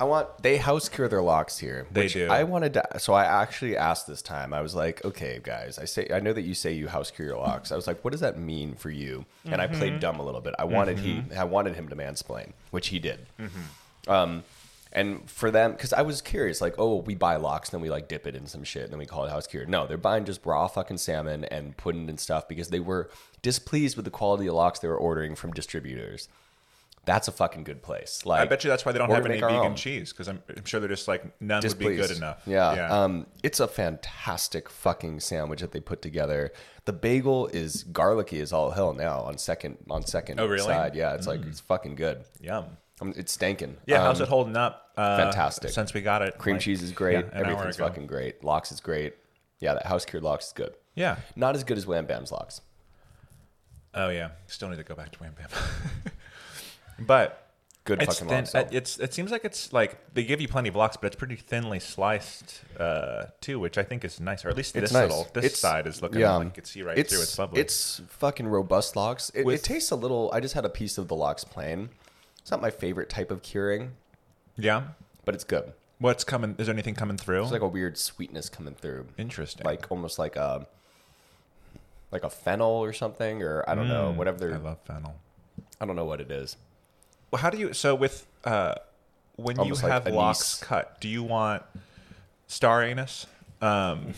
I want they house cure their locks here.
They
which
do.
I wanted to, so I actually asked this time. I was like, okay, guys, I say I know that you say you house cure your locks. I was like, what does that mean for you? And
Mm-hmm.
I played dumb a little bit. I wanted he, I wanted him to mansplain, which he did.
Mm-hmm.
Um, and for them, because I was curious, like, oh, we buy locks, then we like dip it in some shit, and then we call it house cured. No, they're buying just raw fucking salmon and putting it in stuff because they were displeased with the quality of locks they were ordering from distributors. That's a fucking good place. Like,
I bet you that's why they don't
we're
have
gonna
any
make our
vegan
own.
cheese because I'm, I'm sure they're just like none would be
displeased.
good enough.
Yeah. Um, it's a fantastic fucking sandwich that they put together. The bagel is garlicky as all hell now on second on second
Oh, really?
side. Yeah, it's like it's fucking good.
Yum.
Um, It's stankin'.
Yeah.
Um,
how's it holding up? Uh,
fantastic.
Since we got it,
Cream
like-
cheese is great.
yeah, an hour
Everything's
ago.
fucking great. Lox is great. Yeah, that house cured lox is good.
Yeah.
Not as good as Wham Bam's lox.
Oh yeah. Still need to go back to Wham Bam. but
Good
it's
fucking
thin.
lox.
uh, It's it seems like it's like they give you plenty of blocks, but it's pretty thinly sliced uh, too, which I think is nice. Or at least this
nice.
little this
It's-
side is looking. like you can see right
it's,
through. It's lovely.
It's fucking robust lox. It,
With-
it tastes a little. I just had a piece of the lox plain. It's not my favorite type of curing,
yeah.
but it's good.
What's coming? Is there anything coming through?
It's like a weird sweetness coming through,
Interesting.
like almost like a like a fennel or something, or I don't know, whatever.
Mm, I
They're,
love fennel.
I don't know what it is.
Well, how do you? So with uh, when
Almost
you
like
have
anise.
locks cut, do you want star anus? Um,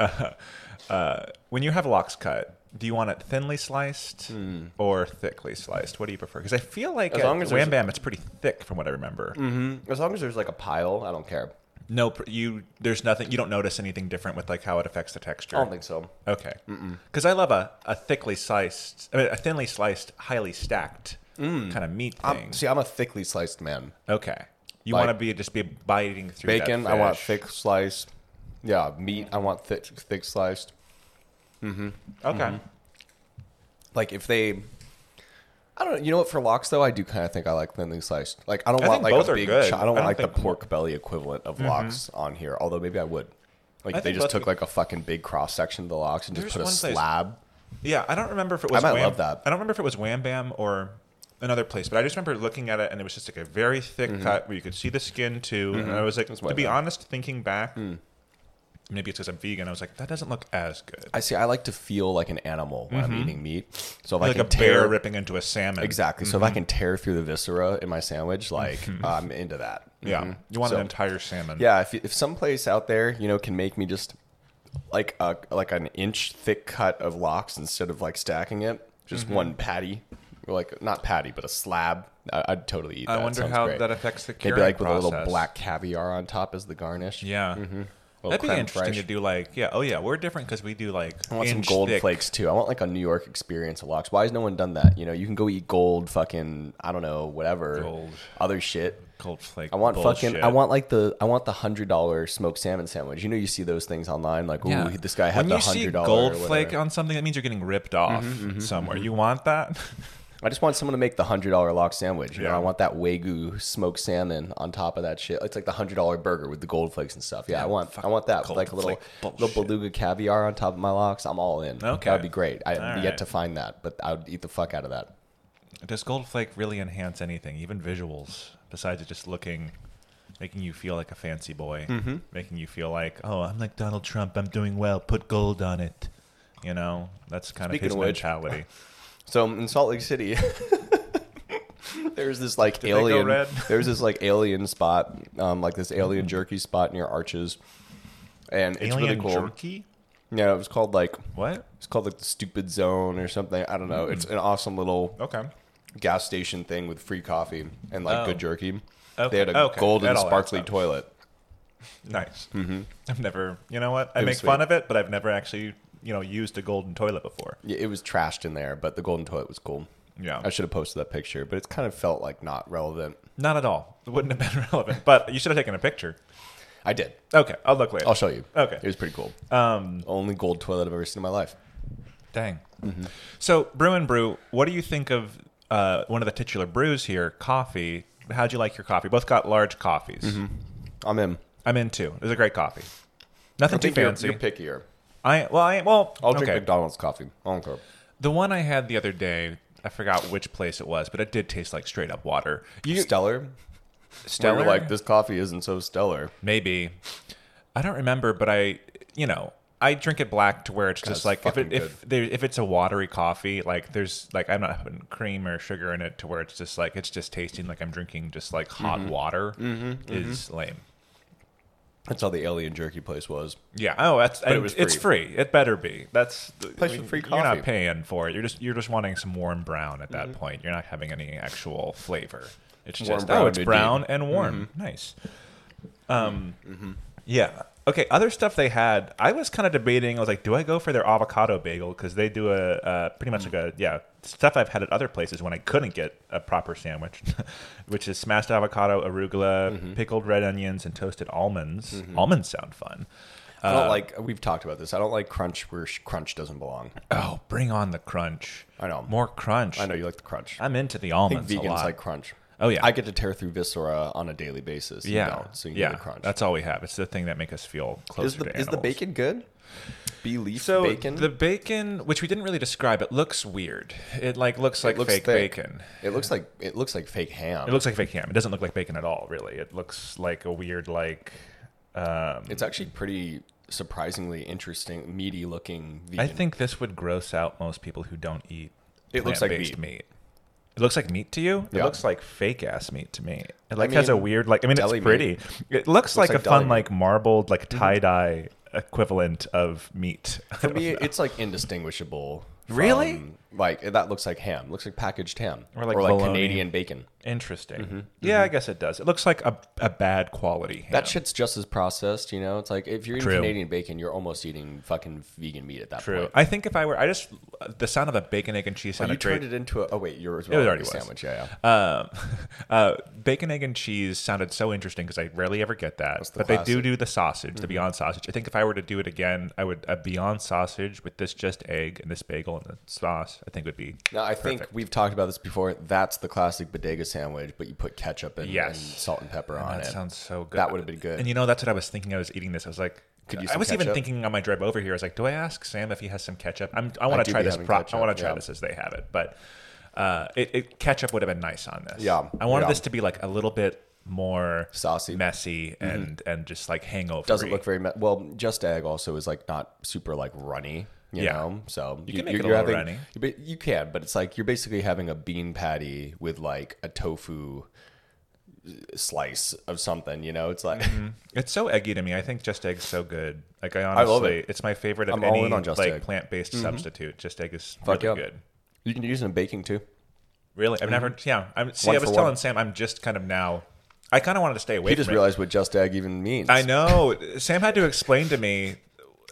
Mm-hmm.
uh, when you have locks cut, do you want it thinly sliced or thickly sliced? What do you prefer? Because I feel like
Hmm. As
at
long as there's- Mm-hmm.
Wham Bam, it's pretty thick from what I remember.
As long as there's like a pile, I don't care.
No, pr- you there's nothing. You don't notice anything different with like how it affects the texture.
I don't think so.
Okay. Because I love a, a thickly sliced, I mean, a thinly sliced, highly stacked kind of meat thing.
Mm. I'm, see, I'm a thickly sliced man.
okay. You
Like-
want to be just be biting through that
Bacon, I want
fish.
thick sliced. Yeah, meat, I want thick, thick sliced.
Okay.
Mm-hmm. Like if they, I don't. You know what? For locks though, I do kind of think I like thinly sliced. Like I don't
I
want
think
like
both
a
are
big.
good.
chi- I don't
I
want
don't
like the
think- Mm-hmm.
pork belly equivalent of locks on here. Although maybe I would. Like
I
if they
think
just
both
took
would-
like a fucking big cross section of the locks and
There's
just put a
one place-
slab.
Yeah, I don't remember if it was.
might
Wham-
love that.
I don't remember if it was Wham Bam or another place, but I just remember looking at it and it was just like a very thick
Mm-hmm.
cut where you could see the skin too. And I was like,
my
to be
bad.
honest, thinking back,
Hmm.
maybe it's because I'm vegan. I was like, that doesn't look as good.
I see. I like to feel like an animal when I'm eating meat. So if I
Mm-hmm. like
can
a
tear
bear Mm-hmm. ripping into a salmon.
exactly. So if I can tear through the viscera in my sandwich, like
Mm-hmm.
I'm into that.
Yeah.
Mhm.
You want
So-
an entire salmon.
Yeah, if if someplace out there, you know, can make me just like a like an inch thick cut of locks instead of like stacking it, just
Mm-hmm.
one patty, or like not patty, but a slab. I, I'd totally eat.
I
that.
wonder
Sounds
how
great.
that affects the curing
Maybe like with
process.
a little black caviar on top as the garnish.
Yeah.
Little
That'd be
creme
interesting
fraiche.
to do like, yeah, oh yeah, we're different because we do like
I want some
inch
gold
thick.
flakes too. I want like a New York experience of locks. Why has no one done that? You know, you can go eat gold, fucking, I don't know, whatever,
Gold.
other shit.
Gold flake.
I want
bullshit.
fucking. I want like the. I want the hundred dollar smoked salmon sandwich. You know, you see those things online, like, ooh, this guy had
when
the
you see
hundred dollar Mm-hmm,
gold flake on something, that means you're getting ripped off somewhere. You want that?
I just want someone to make the hundred dollar lock sandwich. You know,
Yeah.
I want that wagyu smoked salmon on top of that shit. It's like the hundred dollar burger with the gold flakes and stuff. Yeah, I want. I
fuck
want that with
gold
like a little
flake
little
bullshit.
beluga caviar on top of my locks. I'm all in.
Okay.
that'd be great. I have
All
yet
right.
to find that, but I would eat the fuck out of that.
Does gold flake really enhance anything, even visuals, besides it just looking, making you feel like a fancy boy,
Mm-hmm.
making you feel like, oh, I'm like Donald Trump, I'm doing well, put gold on it. You know, that's kind
Speaking
of his
of which,
mentality.
So in Salt Lake City, there's this like
they go
alien.
red? Mm-hmm.
There's this like alien spot, um, like this alien jerky spot near Arches, and it's
Alien
really cool.
jerky?
Yeah, it was called like
What?
it's called like the Stupid Zone or something. I don't know. It's
Mm-hmm.
an awesome little
Okay.
gas station thing with free coffee and like
Oh.
good jerky. They
Okay,
had a
okay,
golden
that all adds
sparkly
up.
toilet.
Nice. Mm-hmm. I've never, you know what? I
was
make
sweet.
fun of it, but I've never actually, you know, used a golden toilet before.
Yeah, it was trashed in there, but the golden toilet was cool.
Yeah.
I should have posted that picture, but it's kind of felt like not relevant.
Not at all. It wouldn't have been relevant, but you should have taken a picture.
I did.
Okay, I'll look later.
I'll show you.
Okay.
It was pretty cool.
Um,
Only gold toilet I've ever seen in my life.
dang.
Mm-hmm.
So, Brew and Brew, what do you think of uh, one of the titular brews here, coffee? How'd you like your coffee? Both got large coffees.
Mm-hmm. I'm in.
I'm in too. It was a great coffee. Nothing too fancy.
You're, you're pickier.
I well, I well,
I'll drink
okay.
McDonald's coffee. I don't care.
The one I had the other day, I forgot which place it was, but it did taste like straight up water. You
stellar. Stellar.
Stellar?
Where you're like this coffee isn't so stellar.
Maybe. I don't remember, but I, you know, I drink it black to where it's
it's
just like if
fucking
it, if there, if it's a watery coffee, like there's like I'm not having cream or sugar in it to where it's just like it's just tasting like I'm drinking just like hot
Mm-hmm.
water is lame.
That's how the alien jerky place was.
Yeah. Oh, that's and
it was
it's free. It better be. That's the
Place with free
You're
coffee. Mm-hmm.
not paying for it. You're just you're just wanting some warm brown at that point. You're not having any actual flavor. It's
Warm
just
brown
oh, it's
indeed. Mm-hmm.
brown and warm. Nice. Um, yeah. Okay. Other stuff they had, I was kind of debating. I was like, do I go for their avocado bagel because they do a uh, pretty
Mm.
much like a yeah stuff I've had at other places when I couldn't get a proper sandwich, which is smashed avocado, arugula,
Mm-hmm.
pickled red onions, and toasted almonds. Almonds sound fun.
I
Uh,
don't like. We've talked about this. I don't like crunch where sh- crunch doesn't belong.
Oh, bring on the crunch.
I know.
More crunch.
I know you like the crunch. I
I'm into the
think
almonds
vegans
a lot.
like crunch.
Oh, yeah.
I get to tear through viscera on a daily basis. You
yeah.
don't, so you
yeah.
get the crunch.
That's all we have. It's the thing that make us feel closer
is the
to
is the
animals.
bacon good? Bee leaf
So
bacon.
the bacon, which we didn't really describe, it looks weird. It like looks like
It looks
fake
thick.
bacon.
It looks like it looks like fake ham.
It looks like fake ham. It doesn't look like bacon at all, really. It looks like a weird like. Um,
it's actually pretty surprisingly interesting, meaty looking. Vegan.
I think this would gross out most people who don't eat.
It looks like
plant-based meat. It It looks like meat to you. It
Yeah.
looks like fake ass meat to me. It like
I
has a
mean,
weird like. I mean, it's
deli meat.
pretty. It looks, like,
like
a fun
deli meat. Mm-hmm.
like marbled like tie dye equivalent of meat.
For me, it's like indistinguishable. from-
Really?
Like that looks like ham. Looks like packaged ham,
Or like bologna.
Canadian bacon.
Interesting.
Mm-hmm.
Yeah, I guess it does. It looks like a, a bad quality. Ham.
That shit's just as processed, you know. It's like if you're eating
True.
Canadian bacon, you're almost eating fucking vegan meat at that
True.
point.
I think if I were, I just the sound of a bacon, egg, and cheese
you
sounded
turned
great.
it into a oh wait, yours
was already was.
sandwich. Yeah, yeah.
Um, uh, bacon, egg, and cheese sounded so interesting because I rarely ever get that.
the
but they do
classic. Mm-hmm.
do the sausage, the Beyond sausage. I think if I were to do it again, I would a Beyond sausage with this just egg and this bagel and the sauce. I think would be
Now I think
Perfect.
we've talked about this before. That's the classic bodega sandwich, but you put ketchup and,
Yes.
and salt and pepper on
Oh, that
it.
sounds so good.
That would've been good.
And you know, that's what I was thinking. I was eating this. I was like, could
Could you
you?
some
I was even
ketchup?
thinking on my drive over here. I was like, do I ask Sam if he has some ketchup? I'm, I want
do
to try
be
this.
having
Pro- I
ketchup,
want to try
yeah.
this as they have it, but uh, it, it ketchup would have been nice on this.
Yeah,
I wanted
yeah.
this to be like a little bit more
Saucy. Mm-hmm.
messy, and and just like hangover.
Doesn't look very me- well. Just egg also is like not super like runny. You
Yeah.
know, so you,
can make
you're-
it a
you're
little
having-
runny.
you ba- You can, but it's like you're basically having a bean patty with like a tofu slice of something. You know, it's like
Mm-hmm. It's so eggy to me. I think just egg's so good. Like I honestly,
love it.
it's my favorite of
I'm all
any
in on Just
like
Egg. Mm-hmm.
plant-based substitute. Just egg is
Fuck
really
yeah.
good.
you can use it in baking too.
Really, I've never. Yeah, I'm. See,
Mm-hmm. One
I was
for
telling
one.
Sam, I'm just kind of now. I kind of wanted to stay away.
You just
from it.
realized what just egg even means.
I know. Sam had to explain to me,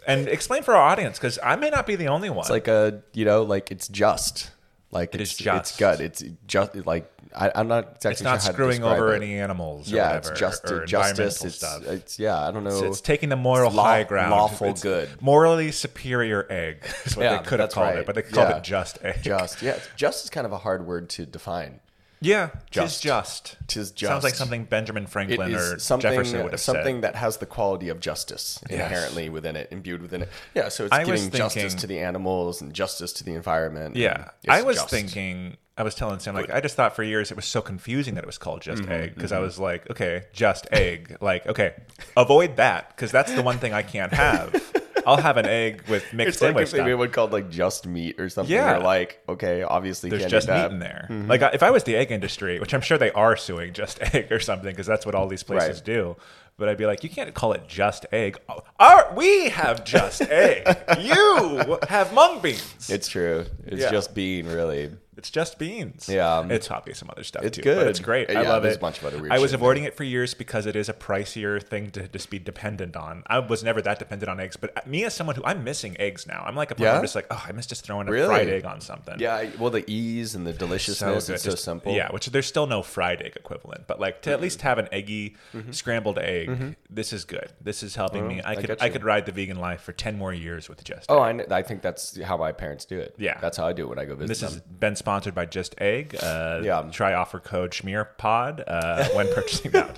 and explain for our audience because I may not be the only one.
It's like a you know, like it's just like it's,
is
it's
just.
good. It's just like I, I'm not exactly
it's
sure
not
how to
screwing
describe
over
it.
any animals. Or
yeah,
whatever,
it's just
or
justice.
environmental
It's,
stuff. It's,
it's yeah, I don't know.
it's taking the moral
law-
high ground.
lawful
It's
good.
morally superior egg is what
Yeah,
they could have
that's
called
right.
it, but they called
Yeah.
it just egg.
just yeah, it's- just is kind of a hard word to define.
Yeah,
Just.
tis just.
Tis
Sounds like
just.
something Benjamin
It
Franklin or
is something
Jefferson would have
something
said.
that has the quality of justice inherently within it, imbued within it. Yeah, so it's
I was
giving justice
thinking-
to the animals and justice to the environment.
Yeah,
and it's
I was
just.
thinking. I was telling Sam like I just thought for years it was so confusing that it was called just
Mm-hmm,
egg because I was like, okay, just egg, like okay, avoid that because that's the one thing I can't have. I'll have an egg with mixed
It's
in
like
with
if they made
stuff.
one called like just meat or something.
Yeah.
You're like, okay, obviously
There's
can't
just
do
meat
that.
in there. Like I- if I was the egg industry, which I'm sure they are suing just egg or something because that's what all these places
Right.
do. But I'd be like, you can't call it just egg. Oh, Our, we have just egg. you have mung beans.
It's true. It's
Yeah.
just being really.
It's just beans.
Yeah. um,
it's probably some other stuff.
It's
too, but
good. Uh,
it's great. I
Yeah,
love
there's
it.
a bunch of other weird
I was
shit in
avoiding it for years because it is a pricier thing to just be dependent on. I was never that dependent on eggs, but uh, me as someone who I'm missing eggs now. I'm like a
Yeah?
I'm just like, oh, I miss just throwing a
Really?
fried egg on something.
Yeah. I- Well, the ease and the deliciousness. it's so
Just-
simple. Mm-hmm.
Yeah, which there's still no fried egg equivalent, but like to at least have an eggy scrambled egg, this is good. This is helping me. I,
Oh, I
could
get
I
you.
could ride the vegan life for ten more years with just.
Oh,
egg.
I, kn- I think that's how my parents do it.
Yeah.
That's how I do it when I go visit
This
them.
has been sponsored by Just Egg. Uh,
Um, Yeah.
Try offer code SchmearPod uh, when purchasing that.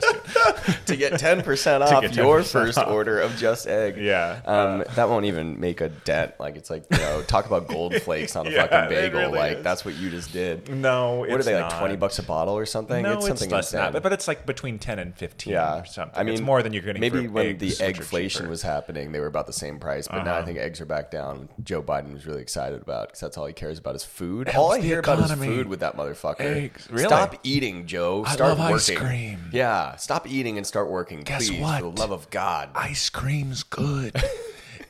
to get 10% off
get
your
10%
first order of just egg.
Yeah. Uh,
Um, that won't even make a dent. Like, it's like, you know, talk about gold flakes on a
Yeah,
fucking
it
bagel.
really
like,
is.
that's what you just did.
No,
What are
it's
they,
not.
like 20 bucks a bottle or something?
No,
it's something
less than that,
insane.
but, but it's like between ten and fifteen
yeah,
or something.
I mean,
it's more than you're getting.
Maybe
for
when
eggs,
the
which are
eggflation
cheaper. Uh-huh.
was happening, they were about the same price. But now I think eggs are back down. Joe Biden was really excited about because that's all he cares about is food. all I
the
hear about is
economy.
food with that motherfucker.
Eggs. Really?
Stop eating, Joe.
I
Start
love
working.
ice cream.
Yeah, stop eating and start working.
Guess
please,
what?
For the love of God.
ice cream's good.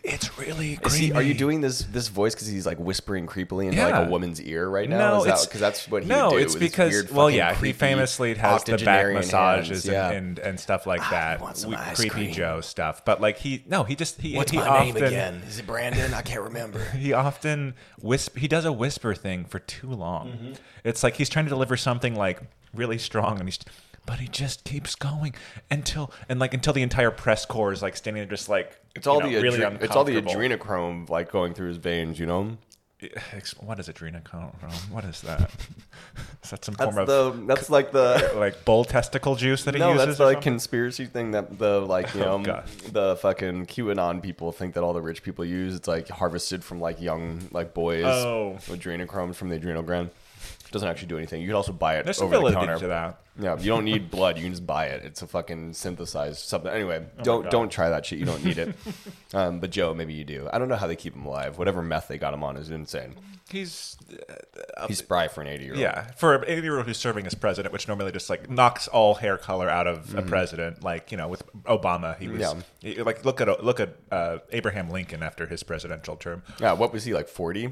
it's really
Is he-
creamy.
are you doing this this voice because he's like whispering creepily into like
Yeah.
a woman's ear right now?
No,
Is that-
it's-
that's what he
no,
would do.
it's
is this
because
weird
well,
fucking
yeah, he
creepy
famously has the back
octogenarian
massages
hands. Yeah.
and, and and stuff like that.
want some
We-
ice
creepy
cream.
Joe stuff, but like he no, he just he
What's
he
my
often,
name again? Is it Brandon? I can't remember.
he often whisp he does a whisper thing for too long
Mm-hmm.
it's like he's trying to deliver something like really strong and he's but he just keeps going until and like until the entire press corps is like standing there just like
It's all
you know,
the
really
adre- it's all the
uncomfortable.
adrenochrome like going through his veins, you know.
Ex- what is adrenochrome what is that is that some form
That's
of
the that's like the
like bull testicle juice that he
no,
uses
that's
or
the like,
something?
conspiracy thing that the like you
Oh,
know
God.
the fucking QAnon people think that all the rich people use. It's like harvested from like young like boys.
Oh.
adrenochromes from the adrenal gland. doesn't actually do anything. You could also buy it
There's some
over the
validity
counter.
to that.
Yeah, you don't need blood. You can just buy it. It's a fucking synthesized something. Anyway, don't
Oh God.
don't try that shit. You don't need it. um, but Joe, maybe you do. I don't know how they keep him alive. Whatever meth they got him on is insane.
He's
He's spry for an eighty year old.
yeah for an 80 year old who's serving as president, which normally just like knocks all hair color out of a president. Like you know, with Obama, he was
Mm-hmm. Yeah.
he- like look at look at uh, Abraham Lincoln after his presidential term.
Yeah. What was he like? Forty.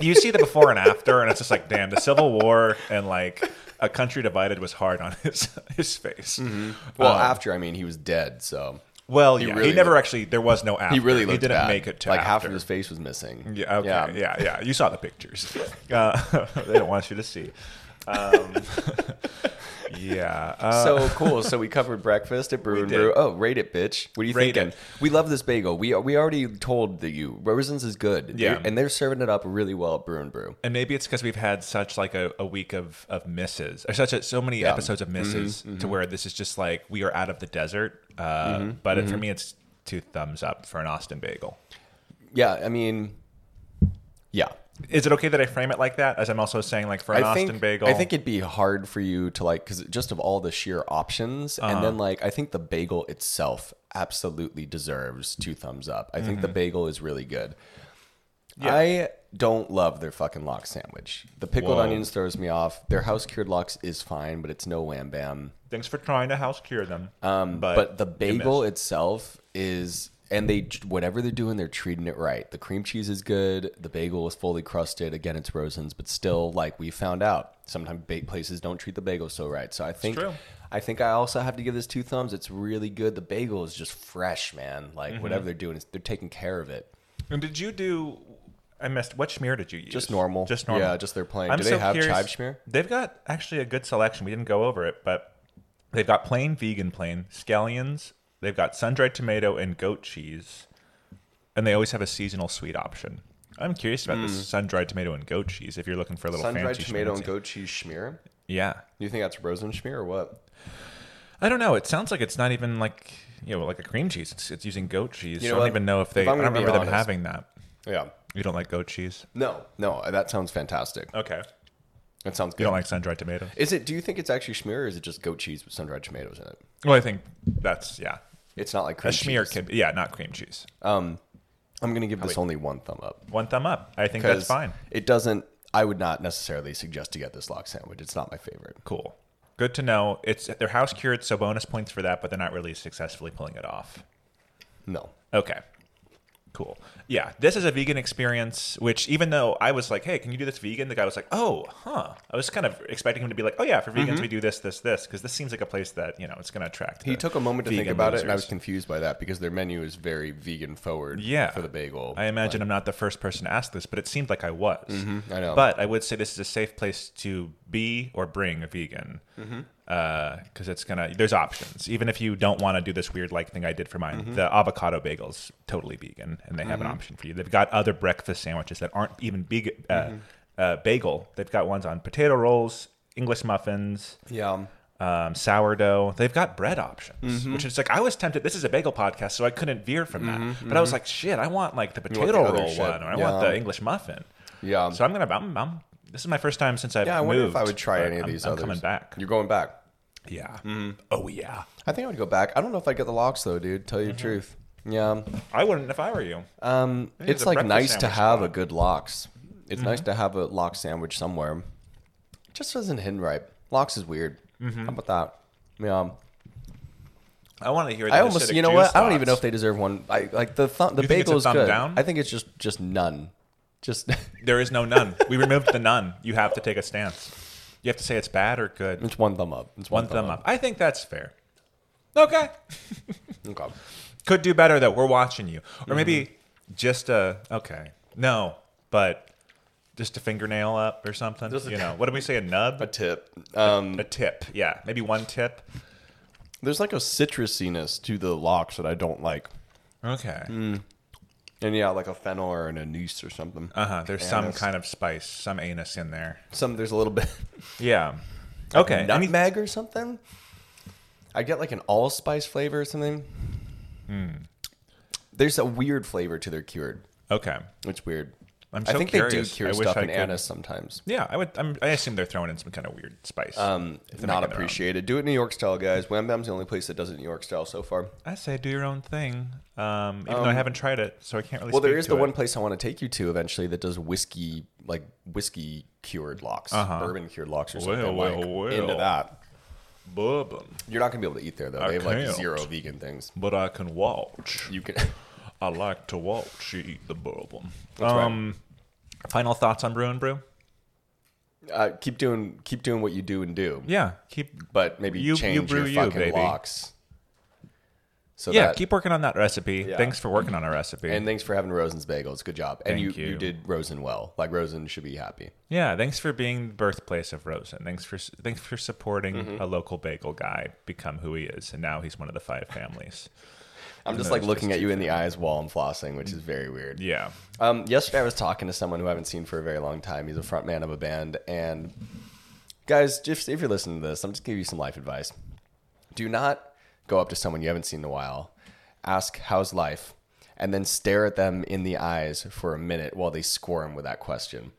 You see the before and after, and it's just like damn, the Civil War and like a country divided was hard on his his face.
Mm-hmm. well,
um,
after I mean, he was dead. So
Well, yeah,
really
he never
looked-
actually. There was no after.
he really looked
He didn't
bad.
make it to
like half
after.
of his face was missing.
Yeah, okay, yeah, yeah, You saw the pictures. Uh, they don't want you to see. Um, yeah. Uh,
so cool. So we covered breakfast at Brew and
did.
Brew. Oh, rate it, bitch. What are you
Rate
thinking?
it.
We love this bagel. We we already told that you Rosen's is good.
Yeah.
They're- and they're serving it up really well at Brew and Brew.
and maybe it's because we've had such like a, a week of of misses, or such a, so many episodes of
Mm-hmm,
misses, to where this is just like we are out of the desert. Uh,
Mm-hmm,
but It, for me, it's two thumbs up for an Austin bagel.
Yeah, I mean, yeah.
Is it okay that I frame it like that? As I'm also saying, like for an
I
Austin
think
bagel,
I think it'd be hard for you to like because just of all the sheer options,
Uh-huh.
and then like I think the bagel itself absolutely deserves two thumbs up. I
Mm-hmm.
think the bagel is really good. I don't love their fucking lox sandwich. The pickled
Whoa.
onions throws me off. Their house cured lox is fine, but it's no wham bam.
thanks for trying to house cure them.
Um, but, the bagel itself is, and they whatever they're doing, they're treating it right. The cream cheese is good. The bagel is fully crusted. Again, it's Rosen's, but still, like we found out, sometimes ba- places don't treat the bagel so right. So I think.
true.
I think I also have to give this two thumbs. It's really good. The bagel is just fresh, man. Like
Mm-hmm.
whatever they're doing, it's- they're taking care of it.
And did you do? I missed. What schmear did you use?
Just normal.
Just normal.
Yeah, just their plain.
I'm
Do they
so
have
curious-
chive schmear?
They've got actually a good selection. We didn't go over it, but they've got plain vegan plain scallions. They've got sun dried tomato and goat cheese, and they always have a seasonal sweet option. I'm curious about this sun dried tomato and goat cheese. If you're looking for a little
Hmm. Sun dried
fancy
tomato and
schmancy.
goat cheese schmear.
yeah.
You think that's Rosen schmear or what?
I don't know. It sounds like it's not even like you know like a cream cheese. It's, it's using goat cheese.
You
so
know
I
what?
don't even know if
If
they.
I'm
I
gonna
don't
be
remember them
honest-
having that.
Yeah.
You don't like goat cheese?
No, no, that sounds fantastic.
Okay.
That sounds good.
You don't like sun dried tomatoes?
Is it? Do you think it's actually schmear, or is it just goat cheese with sun-dried tomatoes in it?
Well, I think that's yeah.
It's not like
A
cream
schmear
cheese.
can yeah, not cream cheese.
Um, I'm gonna give this only one thumb up
One thumb up. I think that's
'cause
fine.
It doesn't. I would not necessarily suggest to get this lock sandwich. It's not my favorite.
Cool. Good to know. It's they're house cured, so bonus points for that, but they're not really successfully pulling it off.
No.
Okay. Cool. Yeah, this is a vegan experience, which even though I was like, "Hey, can you do this vegan?" the guy was like, "Oh, huh." I was kind of expecting him to be like, "Oh yeah, for vegans we do this, this, this," because this seems like a place that you know it's going to attract.
Mm-hmm. He took a moment to think
vegan
about it, and I was
losers.
confused by that because their menu is very vegan forward.
Yeah.
For the bagel,
I imagine I'm not the first person to ask this, but it seemed like I was.
I know.
But I would say this is a safe place to be or bring a vegan, because
Mm-hmm.
it's gonna. There's options, even if you don't want to do this weird like thing I did for mine.
Mm-hmm.
The avocado bagels totally vegan, and they have an option for you. They've got other breakfast sandwiches that aren't even big uh,
Mm-hmm.
uh, bagel. They've got ones on potato rolls, English muffins
yeah.
um, sourdough. They've got bread options,
Mm-hmm.
which is like I was tempted. This is a bagel podcast, so I couldn't veer from that. But I was like, shit, I want like the
Mm-hmm. want
potato
the other
roll
shit.
one, or I want
Yeah.
the English muffin.
Yeah.
So I'm gonna. I'm, I'm, this is my first time since I've
Um, yeah. I
moved.
wonder if I would try
but
any of
I'm-
these
I'm
others.
coming back.
You're going back.
Yeah. Oh yeah.
I think I would go back. I don't know if I'd get the locks though, dude. Tell you the truth. Yeah.
I wouldn't if I were you.
Um,
think it's
it's
a
like
breakfast
nice to
sandwich Mm-hmm.
have a good lox. It's nice to have a lox sandwich somewhere. Just doesn't hit right. Lox is weird.
Mm-hmm.
How about that? Yeah.
I want to hear. The
I almost,
acidic
you know
juice
what? I don't even know if
thoughts.
they deserve one. I like the th- the
You think it's a
bagel is
thumb
good.
down?
I think it's just just none. Just
there is no none. We removed the none. You have to take a stance. You have to say it's bad or good.
it's one thumb up. It's one,
One thumb up. I think that's fair. Okay.
up. Okay.
could do better though. We're watching you,
Mm-hmm.
or maybe just a okay, no, but just a fingernail up or something.
Just a-
you know, what did we say? A nub,
A
a,
tip. Um,
tip. Yeah, maybe one tip.
there's like a citrusiness to the lox that I don't like,
Okay.
and yeah, like a fennel or an anise or something.
Uh huh. There's some
Anise.
kind of spice, some anus in there.
Some there's a little bit.
Yeah. Okay. Any-
nutmeg or something. I get like an allspice flavor or something.
Hmm.
There's a weird flavor to their cured.
okay.
It's weird.
I'm
I
so
think
curious.
they do cure
I wish
stuff
I
in
could-
anise sometimes.
Yeah, I would. I'm, I assume they're throwing in some kind of weird spice.
Um,
if they're
not
making their own.
appreciated. Do it New York style, guys. Wham Bam's the only place that does it New York style so far.
I say do your own thing. Um, even though I haven't tried it, so I can't really.
Well, there
speak
is
to
the
it.
one place I want to take you to eventually that does whiskey, like whiskey cured locks,
Uh-huh.
bourbon cured locks, or
Well,
something
well,
like
well.
into that.
bourbon,
You're not gonna be able to eat there though.
I
they have like
can't.
zero vegan things.
but I can watch.
You can.
I like to watch you eat the bourbon.
That's right.
um, final thoughts on brew and brew?
uh, keep doing keep doing what you do and do,
Yeah, keep.
but maybe
You- you
change
brew
your
you,
fucking
baby.
locks. So
yeah,
that,
keep working on that recipe.
Yeah.
Thanks for working on our recipe.
and thanks for having Rosen's bagels. Good job. And
Thank
you, you
you.
did Rosen well. Like Rosen should be happy.
yeah, thanks for being the birthplace of Rosen. Thanks for thanks for supporting
Mm-hmm.
a local bagel guy become who he is, and now he's one of the five families.
I'm just
no,
like
it's
looking
just
at you in the eyes while I'm flossing, which is very weird.
Yeah,
Um, yesterday, I was talking to someone who I haven't seen for a very long time. He's a frontman of a band. And guys, just if you're listening to this, I'm just giving you some life advice. Do not go up to someone you haven't seen in a while, ask, How's life? and then stare at them in the eyes for a minute while they squirm with that question.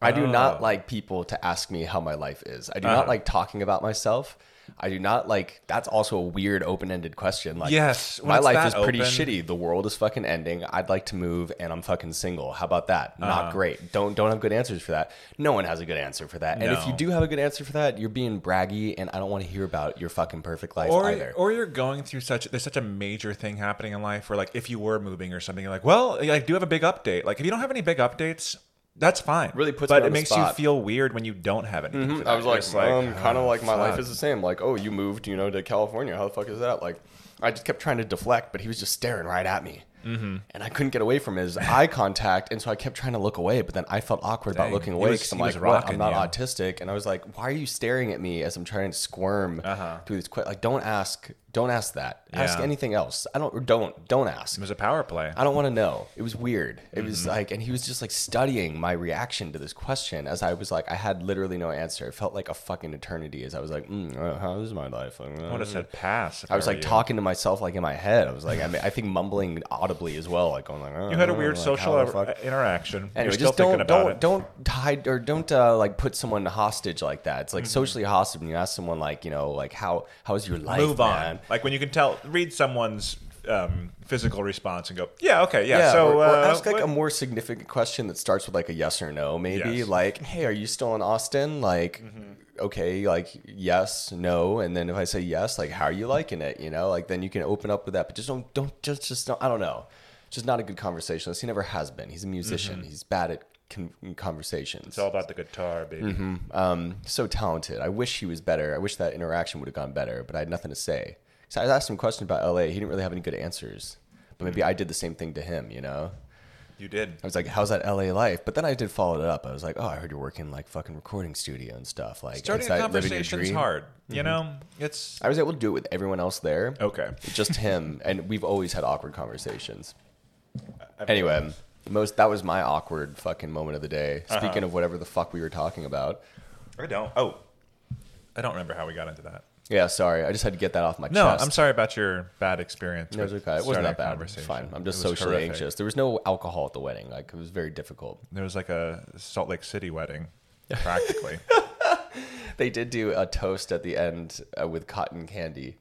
I do
Oh.
not like people to ask me how my life is. I do
Uh-huh.
not like talking about myself. I do not like that's also a weird open-ended question. Like
Yes, when
my
it's
life
that
is pretty
open.
shitty. The world is fucking ending. I'd like to move and I'm fucking single. How about that?
Uh-huh.
Not great. Don't don't have good answers for that. No one has a good answer for that. And if you
No.
do have a good answer for that, you're being braggy and I don't want to hear about your fucking perfect life
or
either.
or you're going through such there's such a major thing happening in life where like if you were moving or something you're like well I do have a big update like if you don't have any big updates that's fine
Really puts me
but
on
it
the
makes
spot. Mm-hmm.
you feel weird when you don't have anything for
I
that.
was
You're
like,
just
um, kind of
"Oh,
like my life
fuck."
is the same. Like, oh, you moved, you know, to California. How the fuck is that? Like, I just kept trying to deflect, but he was just staring right at me, mm-hmm. and I couldn't get away from his eye contact, and so I kept trying to look away, but then I felt awkward
Dang,
about looking
he
away
was-
because I'm
he was
like, what? I'm
rocking
not
you.
autistic, and I was like, why are you staring at me as I'm trying to squirm through this? Qu- like, don't ask, don't ask that. Ask
Uh-huh. Yeah.
anything else. I don't, or don't, don't ask.
it was a power play
I don't want to know. It was weird. It
Mm-hmm.
was like, and he was just like studying my reaction to this question as I was like, I had literally no answer. It felt like a fucking eternity as I was like, mm, uh, how is my life? Uh,
I would have said pass if
I was
were
like
you.
talking to myself like in my head. I was like, I, mean, I think mumbling audibly as well, like going like,
you had a weird social
Anyway,
uh, interaction you're still
just don't
thinking about
don't
it
don't hide or don't uh, like put someone hostage like that.
Mm-hmm.
It's like socially hostage when you ask someone like you know like how how's your life?
move on
man?
like when you can tell read someone's um, physical response and go yeah okay yeah,
Yeah,
so
or, or
uh,
ask like
what-
a more significant question that starts with like a yes or no, maybe
Yes. Mm-hmm.
like, "Hey, are you still in Austin?" Like, okay, like yes, no, and then if I say yes, like, "How are you liking it?" You know, like then you can open up with that, but just don't, don't, just, just don't. I don't know, just not a good conversationalist. He never has been. He's a musician. He's bad at con- conversations.
Mm-hmm. it's all about the guitar baby
Um, so talented. I wish he was better. I wish that interaction would have gone better, but I had nothing to say. So I asked him a question about LA. He didn't really have any good answers, but
Mm.
maybe I did the same thing to him. You know.
you did
I was like, "How's that LA life?" But then I did follow it up. I was like, "Oh, I heard you're working like fucking recording studio and stuff. Like,
starting
is
a
that living your
conversation's
dream?" Mm-hmm.
hard you know it's
I was able to do it with everyone else there,
okay
just him, and we've always had awkward conversations. Anyway, most that was my awkward fucking moment of the day.
Uh-huh.
Speaking of whatever the fuck we were talking about,
I don't. Oh, I don't remember how we got into that.
yeah, sorry, I just had to get that off my
No,
chest.
I'm sorry about your bad experience.
It was
with
okay. It
starting
wasn't
a
that bad. It's
conversation.
fine. I'm just
It was
socially
horrific.
anxious. There was no alcohol at the wedding. Like, it was very difficult.
There was like a Salt Lake City wedding, practically.
They did do a toast at the end uh, with cotton candy.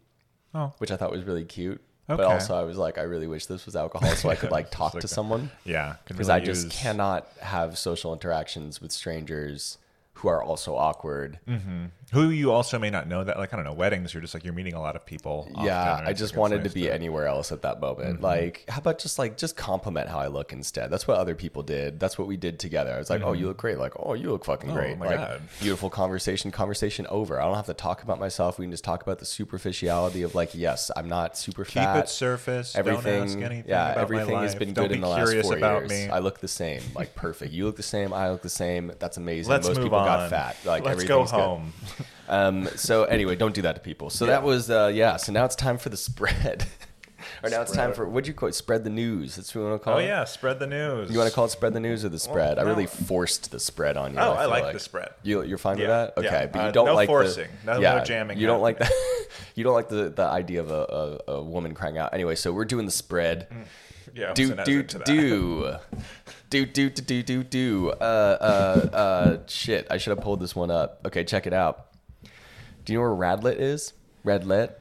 oh,
which I thought was really cute. But
Okay.
also, I was like, I really wish this was alcohol so I could like
It's
talk
like
to
a-
someone
yeah.
because I just cannot have social interactions with strangers who are also awkward.
Mm-hmm. Who you also may not know that, like I don't know, weddings. You're just like you're meeting a lot of people. often,
Yeah,
and
I
it's like,
just
it's
wanted to
nice
be anywhere else at that moment.
Mm-hmm.
Like, how about just like just compliment how I look instead? That's what other people did. That's what we did together. I was like, oh, you look great. Like, oh, you look fucking
Mm-hmm. Oh,
great.
my
like,
God.
beautiful conversation. Conversation over. I don't have to talk about myself. We can just talk about the superficiality of like, yes, I'm not super
Keep
fat.
it surface.
everything,
Don't ask anything
yeah,
about my
everything has
life.
been
Don't
good
be
in the last
curious
four
about
years.
me.
I look the same, like perfect. You look the same. I look the same. That's amazing.
Let's
Most
move
people
on.
got fat. Like
Let's go
everything's good.
home.
Um, so anyway, don't do that to people. So that was uh, yeah. So now it's time for the spread, or now it's time for what do you call it? Spread the news. That's what we want to call
Oh
it.
yeah, spread the news.
You want to call it spread the news or the spread? I
no.
really forced the spread on you.
Oh, I
feel
like the spread.
You, you're fine
Yeah,
with that? Okay,
yeah.
but you
Uh,
don't
no
like the-
forcing. No- no jamming
You don't like that. you don't like the, the idea of a, a, a woman crying out. Anyway, so we're doing the spread.
Yeah, I Mm. was
Do
an
do
advocate to that.
do. do do do do do do. Uh, uh, uh, shit! I should have pulled this one up. Okay, check it out. Do you know where Radlett is? Radlett,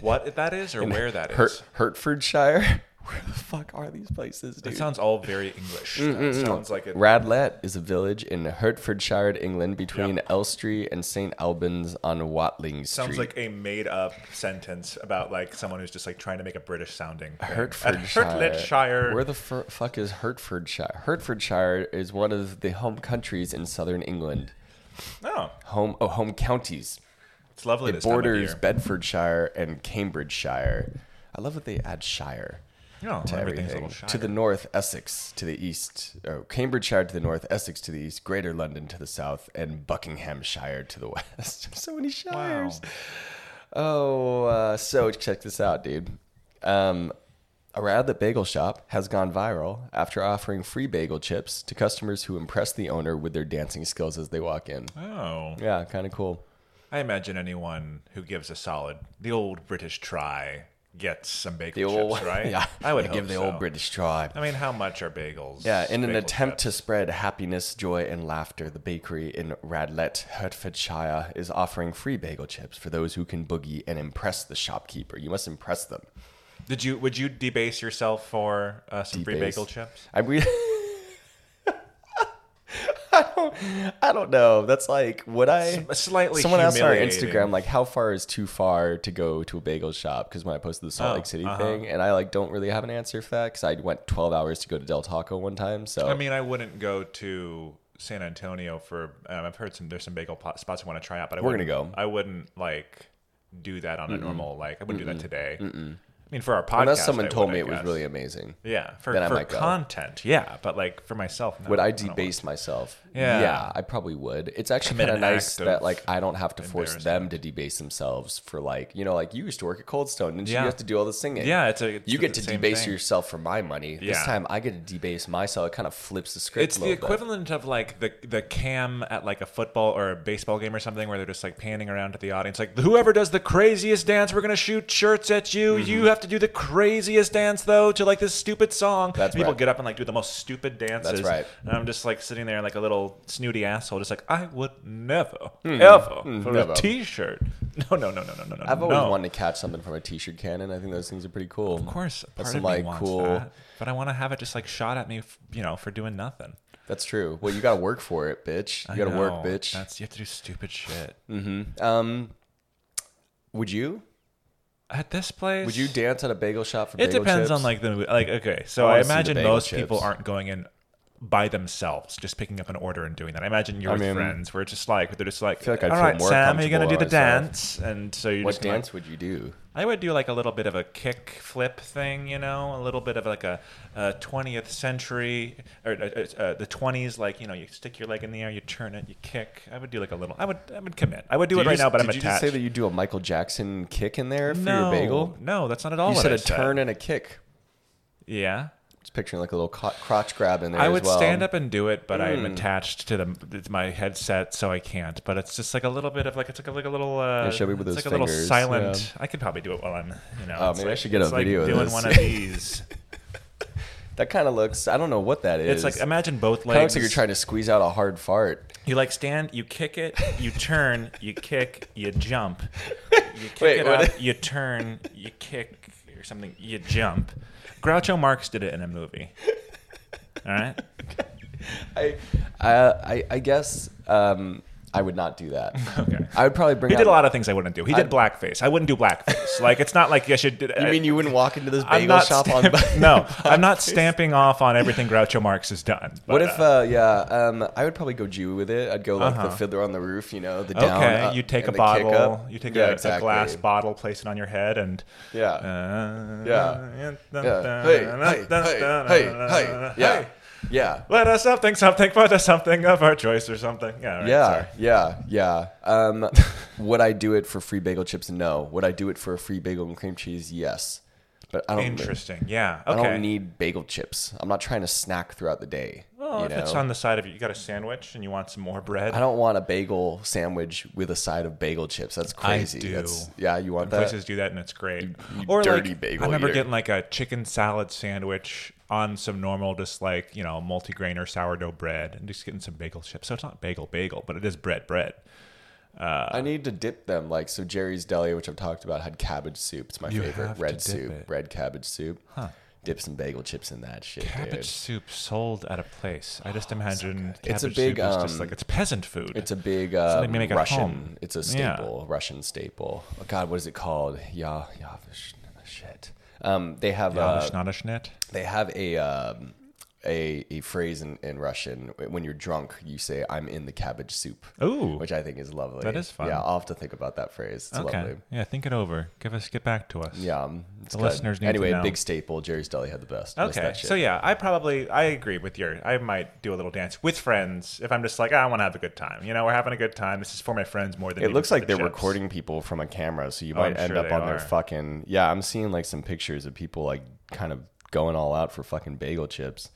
What that is or where that is.
Hert- Hertfordshire. Where the fuck are these places, dude?
It sounds all very English.
Mm,
That sounds like it.
Radlett is a village in Hertfordshire, England, between Elstree and St Albans on Watling Street.
Sounds like a made-up sentence about like someone who's just like trying to make a British sounding. thing.
Hertfordshire.
Hertfordshire.
Where the fur fuck is Hertfordshire? Hertfordshire is one of the home countries in southern England.
Oh,
Home oh home counties.
it's lovely. This
Borders
time
Bedfordshire and Cambridgeshire. I love that they add shire
of year. No,
to
Oh, everything's a
everything.
little
To the
shire.
north, Essex to the east, oh, Cambridgeshire to the north, Essex to the east, Greater London to the south, and Buckinghamshire to the west. so many
Wow.
shires. Oh, uh, so check this out, dude. Um, a Radlett bagel shop has gone viral after offering free bagel chips to customers who impress the owner with their dancing skills as they walk in.
Oh,
Yeah, kind of cool.
I imagine anyone who gives a solid, the old British try, gets some bagel
The old,
chips, right?
yeah,
I would
give
hope
the
so.
old British try.
I mean, how much are bagels?
Yeah, in an
bagel
attempt
chips?
to spread happiness, joy, and laughter, the bakery in Radlett, Hertfordshire, is offering free bagel chips for those who can boogie and impress the shopkeeper. You must impress them.
Did you would you debase yourself for uh, some free
Debase.
bagel chips?
I mean, I don't, I don't know. That's like, would I?
S- slightly
Someone asked on our
humiliating.
Instagram, like, how far is too far to go to a bagel shop? Because when I posted the Salt
Oh,
Lake City
uh-huh.
thing, and I like don't really have an answer for that because I went 12 hours to go to Del Taco one time. So
I mean, I wouldn't go to San Antonio for. Um, I've heard some. There's some bagel pot spots I want to try out, but I
We're gonna
wouldn't-
go.
I wouldn't like do that on a normal like. I wouldn't do that today. I mean, for our podcast,
unless someone
I
told
would,
me
I
it was
guess.
really amazing.
yeah for,
then I
for
might go.
content, yeah, but like for myself, no,
Would I
don't want-
debase myself?
Yeah.
Yeah, I probably would. It's actually
Commit
kind of
an
nice
act
that
of
like I don't have to force them to debase themselves for like, you know, like you used to work at Cold Stone and you
Yeah.
have to do all the singing.
Yeah, it's a- it's
you get
the
to
same
debase
thing.
yourself for my money. This
Yeah.
time I get to debase myself. It kind of flips the script.
It's
a
the
little bit.
equivalent of like the the cam at like a football or a baseball game or something where they're just like panning around to the audience, like whoever does the craziest dance, we're gonna shoot shirts at you.
Mm-hmm.
You have to do the craziest dance though to like this stupid song.
That's
people
right.
get up and like do the most stupid dances.
right.
And I'm just like sitting there like a little snooty asshole, just like I would never ever for
Hmm. never.
a t-shirt. No, no, no, no, no, no, no.
I've always
no.
wanted to catch something from a t-shirt cannon. I think those things are pretty cool.
Of course, part
That's
of
some
me
like
wants
cool.
that, but I want to have it just like shot at me, f- you know, for doing nothing.
That's true. Well, you got to work for it, bitch. You got to work,
No,
bitch.
That's you have to do stupid shit.
Um would you?
At this place,
Would you dance at a bagel shop for
It
bagel
depends
chips? Oh,
on like the like. Okay, so
I
I,
wanna see the
imagine
bagel
most people
chips.
aren't going in by themselves, just picking up an order and doing that. I imagine you're with
mean-
friends where it's just like they're just like,
feel like I'd
all
feel
right,
more
Sam, are you gonna do
comfortable
the
by
dance? And so you
what
just gonna, like-
dance would you do?
I would do like a little bit of a kick flip thing, you know, a little bit of like a twentieth century or uh, uh, the twenties, like you know, you stick your leg in the air, you turn it, you kick. I would do like a little. I would, I would commit. I would do it
you
right
just-
now, but I'm
did you just
attached.
say that you do a Michael Jackson kick in there for
no,
your bagel?
no, that's not at all.
You
Oh, what
said
I
a turn and a kick.
Yeah.
Just picturing like a little co- crotch grab in there.
I
as
would
well. Hmm.
stand up and do it, but I'm attached to the to my headset, so I can't. But it's just like a little bit of like it's like a, like a little uh,
show me with
it's
those
like a little
fingers,
silent. I could probably do it while I'm you know.
Oh,
it's
maybe I
like-
should get a
it's like
video of
doing
this.
one of these.
That kind of looks. I don't know what that is.
it's like imagine both
Kinda
legs.
looks like you're trying to squeeze out a hard fart.
You like stand, you kick it, you turn, you kick, you jump, you kick
Wait,
it
what?
up, you turn, you kick or something, you jump. Groucho Marx did it in a movie. All right.
I, I, I, I guess um, I would not do that.
Okay.
I would probably bring.
He
out,
did a lot of things I wouldn't do. He did
I-
blackface. I wouldn't do blackface. like it's not like I should. uh,
You mean you wouldn't walk into this
I'm
bagel
not
shop
stamp-
on?
no, I'm not stamping off on everything Groucho Marx has done. but, Uh-huh.
What if, uh, yeah, um, I would probably go Jew with it. I'd go like the fiddler on the roof, you know, the down.
uh, okay,
up,
you take a
and the kick
bottle,
up.
you take
Yeah,
a, a
exactly.
glass bottle, place it on your head, and
Yeah.
Uh,
Yeah. yeah. Hey, hey, hey, hey, hey, yeah, yeah.
Let us something, something, for the something of our choice, or something. Yeah, all right,
Yeah,
sorry.
yeah, yeah. Um, would I do it for free bagel chips? No. Would I do it for a free bagel and cream cheese? Yes. But I don't.
Interesting. Yeah.
I
Okay.
don't need bagel chips. I'm not trying to snack throughout the day.
well,
you
Oh, if it's
know?
on the side of you, you got a sandwich and you want some more bread.
I don't want a bagel sandwich with a side of bagel chips. That's crazy.
do.
That's, yeah, you want that?
places do that and it's great.
you
or
dirty
like,
bagel
I remember
eater.
getting like a chicken salad sandwich on some normal, just like you know, multigrain or sourdough bread, and just getting some bagel chips. So it's not bagel bagel, but it is bread bread.
I need to dip them. Like so, Jerry's Deli, which I've talked about, had cabbage soup. It's my
You have
favorite
to
red
dip
soup,
it.
red cabbage soup. Dip some bagel chips in that shit,
Cabbage
dude.
soup sold at a place. I just imagine cabbage
It's a big,
soup is just
um,
like it's peasant food.
It's a big uh,
Something they make at home.
Russian. It's a
Yeah.
staple, Russian staple. Oh, God, what is it called? Yeah, yeah, sh- shit. Um, they have uh,
It's not a schnit.
they have a um, a, a phrase in, in Russian when you're drunk. You say, "I'm in the cabbage soup,"
Ooh.
which I think is lovely.
That is fun.
Yeah, I'll have to think about that phrase. It's
Okay.
lovely.
Yeah, think it over. Give us get back to us.
Yeah, um, it's
The
good.
listeners need to
anyway,
know.
big staple. Jerry's Deli had the best. Miss
Okay.
that shit.
So yeah, I probably I agree with your. I might do a little dance with friends if I'm just like "Ah, I want to have a good time. You know, we're having a good time. This is for my friends more than
It
even
looks
for
like
the
they're
chips. Oh,
recording people from a camera, so you might
I'm
end
sure
up
they
on
are.
their fucking. Yeah, I'm seeing like some pictures of people like kind of going all out for fucking bagel chips.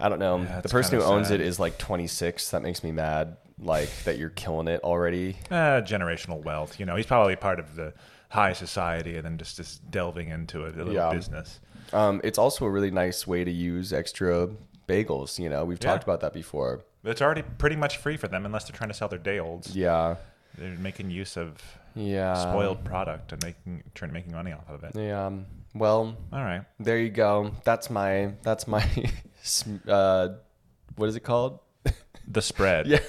I don't know. the
it's
person who
kinda
owns
sad.
it is like 26. That makes me mad. Like that you're killing it already.
Uh, generational wealth. You know, he's probably part of the high society and then just just delving into a little
Yeah.
business.
Um, it's also a really nice way to use extra bagels. You know, we've
Yeah.
talked about that before.
It's already pretty much free for them unless they're trying to sell their day olds.
Yeah. Uh,
They're making use of
Yeah.
spoiled product and making trying making money off of it.
Yeah. um, Well,
All right.
there you go. That's my. That's my. sm- uh, what is it called?
The spread.
Yeah.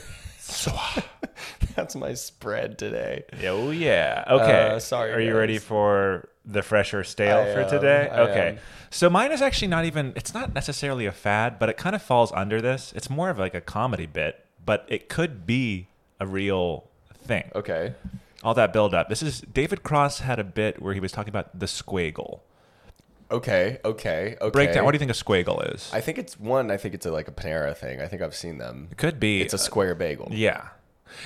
That's my spread today.
Yeah, Oh yeah. Okay.
Uh, sorry,
Are you
guys.
ready for the fresh or stale
I
for
am,
today?
I
okay.
am.
So mine is actually not even. It's not necessarily a fad, but it kind of falls under this. It's more of like a comedy bit, but it could be a real thing.
Okay.
All that build up. This is David Cross had a bit where he was talking about the squiggle.
Okay. Okay. Okay.
Breakdown. What do you think a squiggle is?
I think it's one. I think it's a, like a Panera thing. I think I've seen them.
it could be.
It's a square bagel.
Yeah.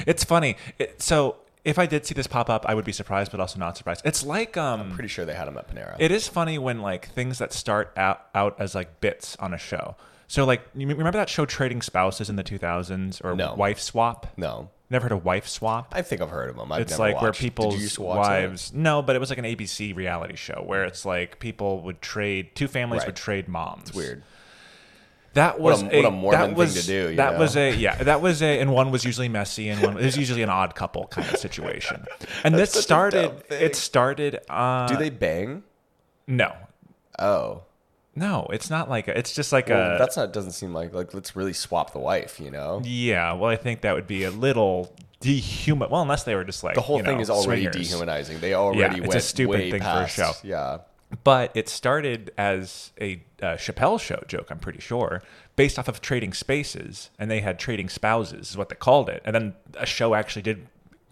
It's funny. It, so if I did see this pop up, I would be surprised, but also not surprised. It's like um,
Pretty sure they had them at Panera.
It is funny when like things that start out, out as like bits on a show. So like you m- remember that show Trading Spouses in the 2000s or
No.
Wife Swap?
no,
Never heard of Wife Swap?
I think I've heard of them. I've
It's
never
like
watched.
where
Did you used
people's
to watch that?
wives No, but it was like an ABC reality show where it's like people would trade two families
Right.
would trade moms. It's
Weird.
That was
a- what a
that
Mormon thing
was-
to do, you
that
know?
was a yeah. That was a and one was usually messy and one it was usually an odd couple kind of situation. And this
such a dumb
started.
thing.
It started. Uh,
Do they bang?
no,
Oh,
no. It's not like a, it's just like a
well, that's not. Doesn't seem like like let's really swap the wife. You know,
Yeah, well, I think that would be a little dehuman. Well, unless they were just like
the whole thing is already
dehuman.
dehumanizing. They already
it's a
went
stupid
way
thing for a
past-
show.
Yeah.
But it started as a uh, Chappelle show joke, I'm pretty sure, based off of trading spaces, and they had trading spouses is what they called it, and then a show actually did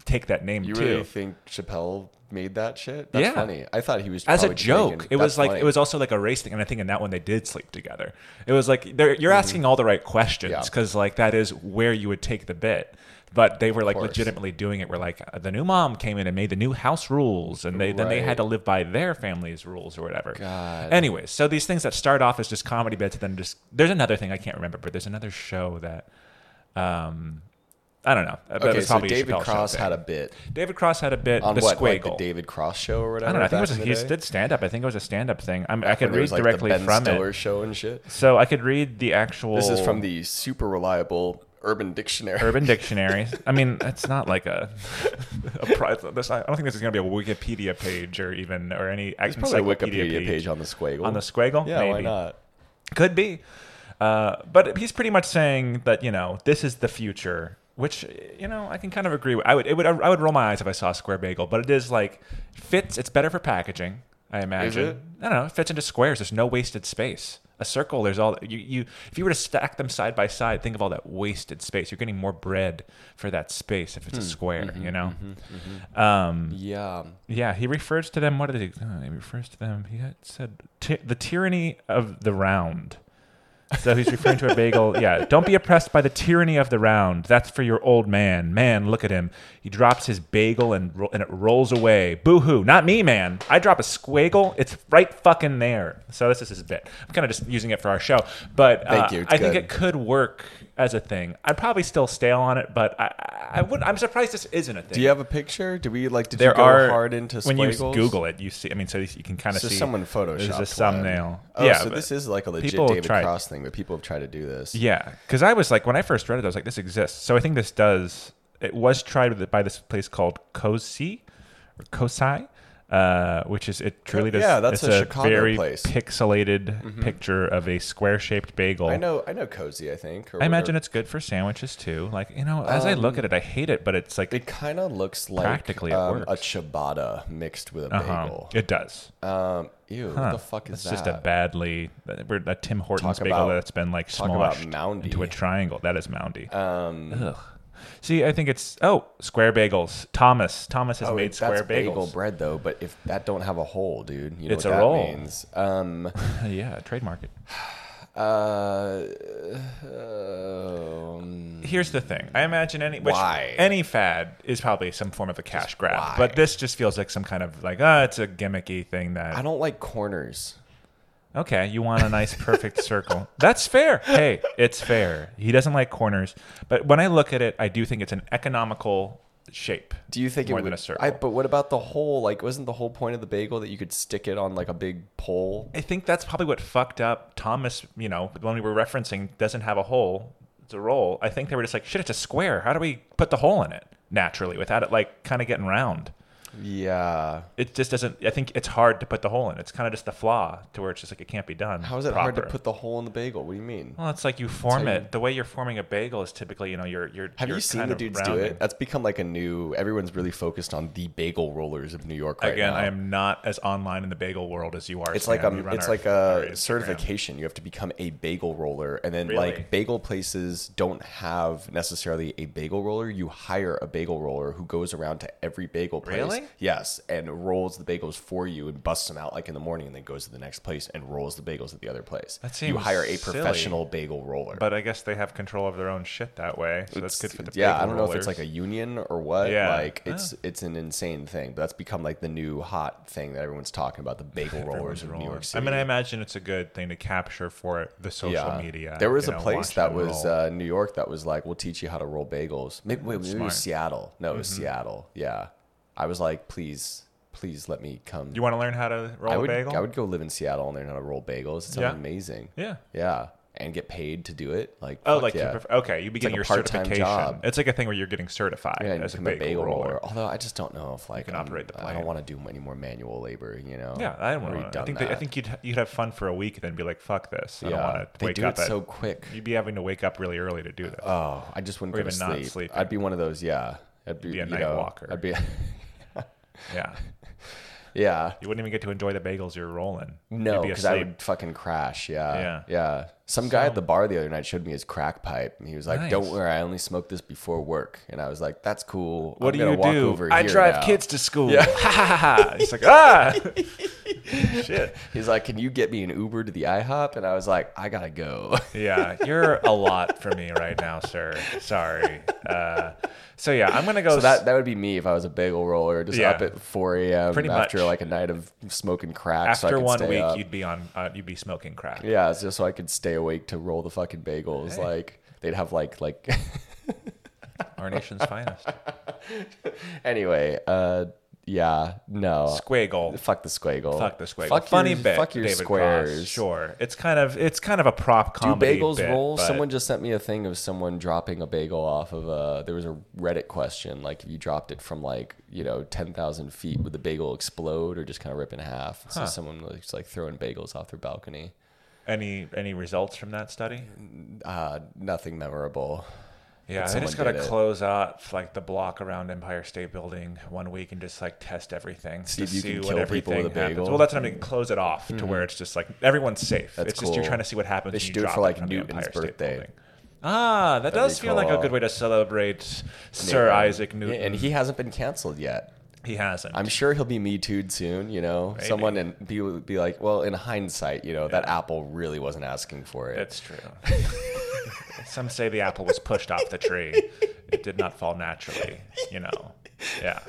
take that name
You
too.
really think Chappelle made that shit? That's
Yeah.
funny. I thought he was
as a
probably
joke,
taken.
it was
That's
like
funny.
it was also like a race thing, and I think in that one they did sleep together. It was like they're- you're asking all the right questions
Mm-hmm. Yeah.
because like that is where you would take the bit. But they were like
course.
legitimately doing it. Where like the new mom came in and made the new house rules, and they then they had
Right.
to live by their family's rules or whatever.
God.
Anyways, so these things that start off as just comedy bits, and then just there's another thing I can't remember, but there's another show that. um I don't know. That
Okay,
was
so
probably a
David
Chappelle show
Cross
thing.
had a bit
David Cross had a bit.
on
the
what, like
squiggle.
the David Cross show or whatever.
I don't know. I think it was
back in
he
the day?
did stand up. I think it was a stand up thing. I'm, I could
When there
read
was, like, the
directly
Ben
from
Stiller
it.
show and shit.
So I could read the actual.
This is from the super reliable Urban Dictionary.
Urban Dictionary. I mean, it's not like a. a pri- this- I don't think this is going to be a Wikipedia page or even or any
There's probably a
encyclopedia
Wikipedia page, on the squiggle.
on the squiggle.
yeah,
Maybe.
why not?
Could be. Uh, but he's pretty much saying that you know this is the future, which you know I can kind of agree with. I would it would I would roll my eyes if I saw a square bagel, but it is like fits. It's better for packaging, I imagine.
it?
I don't know. It fits into squares. There's no wasted space. A circle. There's all you you. If you were to stack them side by side, think of all that wasted space. You're getting more bread for that space if it's a square. you know. Um,
Yeah,
yeah, he refers to them. What did he? Uh, he refers to them. He had said "Ty- the tyranny of the round. So he's referring to a bagel. Yeah. Don't be oppressed by the tyranny of the round. That's for your old man. Man, look at him. He drops his bagel and, ro- and it rolls away. Boo hoo. Not me, man. I drop a squiggle. It's right fucking there. So this is his bit. I'm kind of just using it for our show. But uh,
Thank you. It's
I think
good.
it could work as a thing. I'd probably still stale on it, but I, I would, I'm surprised this isn't a thing.
Do you have a picture? Do we like? Did
there
you go
are
hard into
when you
squiggles?
Google it, you see. I mean, so you can kind of
So
see
someone photoshopped
There's
one.
a thumbnail.
Oh,
yeah,
so
but-
this is like a legit
people
David
tried-
Cross thing, but people have tried to do this.
Yeah, because I was like, when I first read it, I was like, this exists. So I think this does. It was tried with- by this place called Kosi or Kosai, uh, which is it truly does.
yeah, that's
it's
a Chicago
very
place. Mm-hmm.
pixelated picture of a square-shaped bagel.
I know, I know, cozy. I think. Or
I imagine
whatever.
it's good for sandwiches too. Like you know, as I
Um,
look at it, I hate it, but it's like
it kind of looks like
Practically it
um, a
works.
ciabatta mixed with a
uh-huh,
bagel.
it does.
Um, ew, what the fuck is
It's
that?
just a badly we're a Tim Hortons
Talk
bagel
about-
that's been like
talk about
smashed
moundy. Um,
into a triangle. That is moundy. Ugh. See, I think it's oh square bagels. Thomas Thomas has
Oh,
made
wait,
square
that's bagel
bagels.
bread though, but if that don't have a hole, dude, you know
It's
what
a
that
roll.
means. Um,
yeah, trademark it.
uh, um,
Here's the thing. I imagine any which,
Why?
any fad is probably some form of a cash grab,
why?
but this just feels like some kind of like ah, it's a gimmicky thing
I
that
don't like corners.
okay, you want a nice perfect circle. That's fair. Hey, it's fair. He doesn't like corners, but when I look at it, I do think it's an economical shape.
Do you think
more
it would,
than a circle?
I, but what about the whole? Like, wasn't the whole point of the bagel that you could stick it on like a big pole?
I think that's probably what fucked up Thomas, you know, the one we were referencing doesn't have a hole. It's a roll. I think they were just like, shit, it's a square. How do we put the hole in it naturally without it like kind of getting round?
Yeah.
It just doesn't, I think it's hard to put the hole in. It's kind of just the flaw to where it's just like, it can't be done.
How is it hard to
proper.
put the hole in the bagel? What do you mean?
Well, it's like you form
how you-
it. The way you're forming a bagel is typically, you know, you're, you're,
Have
you're
you seen
kind
the
of
dudes do
rounding.
it? That's become like a new. Everyone's really focused on the bagel rollers of New York right
Again,
now.
I am not as online in the bagel world as you are.
It's like
Sam. You
a
run
it's
our-
like
our
a
Instagram.
certification. You have to become a bagel roller, and then
Really?
like bagel places don't have necessarily a bagel roller. You hire a bagel roller who goes around to every bagel place.
Really?
Yes, and rolls the bagels for you and busts them out like in the morning, and then goes to the next place and rolls the bagels at the other place.
That
you
seems
hire a
silly.
professional bagel roller.
But I guess they have control of their own shit that way. So that's good
It's-
for the
yeah,
bagel
I don't know if it's
rollers.
like a union or what.
Yeah.
Like it's it's an insane thing. But that's become like the new hot thing that everyone's talking about, the bagel rollers in New York
Rollers.
City.
I mean, I imagine it's a good thing to capture for the social media.
There was
you
a
know,
place
watch
that
them
was
roll.
uh, New York that was like, we'll teach you how to roll bagels. Maybe, wait, maybe it
Smart. Mm-hmm.
was Seattle. No, it was Seattle. Yeah. I was like, please, please let me come.
you want to learn how to roll
I would,
a bagel?
I would go live in Seattle and learn how to roll bagels. It sounds
Yeah.
amazing.
Yeah.
Yeah. And get paid to do it. Like,
Oh,
fuck
like you
yeah.
prefer, okay, you be
like
getting
a
your
part-time
certification.
job.
It's like a thing where you're getting certified
Yeah, and
as a
become
bagel, roller.
Although I just don't know if like
can
I'm-
operate the
I
plane.
don't want to do any more manual labor. You know?
Yeah, I don't
I've already
want. I
done
think that. I
that.
think you'd you'd have fun for a week and then be like, "Fuck this! I
yeah,
don't want to
they
wake
do
up."
it
at,
so quick.
you'd be having to wake up really early to do this.
Oh, I just wouldn't
Or
go to
even not
sleep.
sleeping.
I'd be one of those. Yeah, I'd be,
be a
you
night
know,
walker.
I'd be.
yeah,
yeah.
you wouldn't even get to enjoy the bagels you're rolling.
No,
You'd be
because I
asleep.
would fucking crash. Yeah.
Yeah.
Some guy at the bar the other night showed me his crack pipe, and he was like, "Don't
Nice.
worry, I only smoke this before work." And I was like, "That's cool."
What
I'm
do
gonna
you
walk
do?
Over
I
here
drive
now."
kids to school.
Yeah.
Ha ha ha! ha. He's like, ah, shit.
He's like, "Can you get me an Uber to the IHOP?" And I was like, "I gotta go."
Yeah, you're a lot for me right now, sir. Sorry. Uh, so yeah, I'm gonna go.
So that that would be me if I was a bagel roller, just
Yeah.
up at 4 a.m.
Pretty
after
much.
like a night of smoking crack.
after
so I could
one
stay
week,
up.
you'd be on. Uh, you'd be smoking crack.
yeah, it's just so I could stay awake to roll the fucking bagels.
Hey.
Like they'd have like like
Our nation's finest.
anyway. Uh, yeah, no,
Squiggle.
fuck the squiggle,
Fuck the squiggle.
fuck
Funny
your,
bit.
fuck your
David
squares.
Cross. Sure. It's kind of it's kind of a prop
Do
comedy.
bagels
bit,
roll?
but-
Someone just sent me a thing of someone dropping a bagel off of a. There was a Reddit question like if you dropped it from like you know ten thousand feet, would the bagel explode or just kind of rip in half? So someone was like throwing bagels off their balcony.
Any any results from that study?
Uh, nothing memorable.
Yeah,
But
I just
someone
gotta
did it.
close off like the block around Empire State Building one week and just like test everything.
See
to
if you
see
can
what
kill people
everything
with a bagel. Mm-hmm.
happens. Well, that's what I'm gonna close it off to where it's just like everyone's safe.
That's
it's just you're
cool.
trying to see what happens.
They
when
should
you
do it
drop
for, like,
from the
Newton's
Empire State
birthday.
Building. Ah, that does
be
feel like a
cool.
good way to celebrate Sir Isaac Newton.
Yeah, and he hasn't been canceled yet.
He hasn't.
I'm sure he'll be me too'd soon, you know.
Maybe.
Someone and be be like, well, in hindsight, you know, that apple really wasn't asking for it.
That's true. Some say the apple was pushed off the tree. It did not fall naturally, you know. Yeah.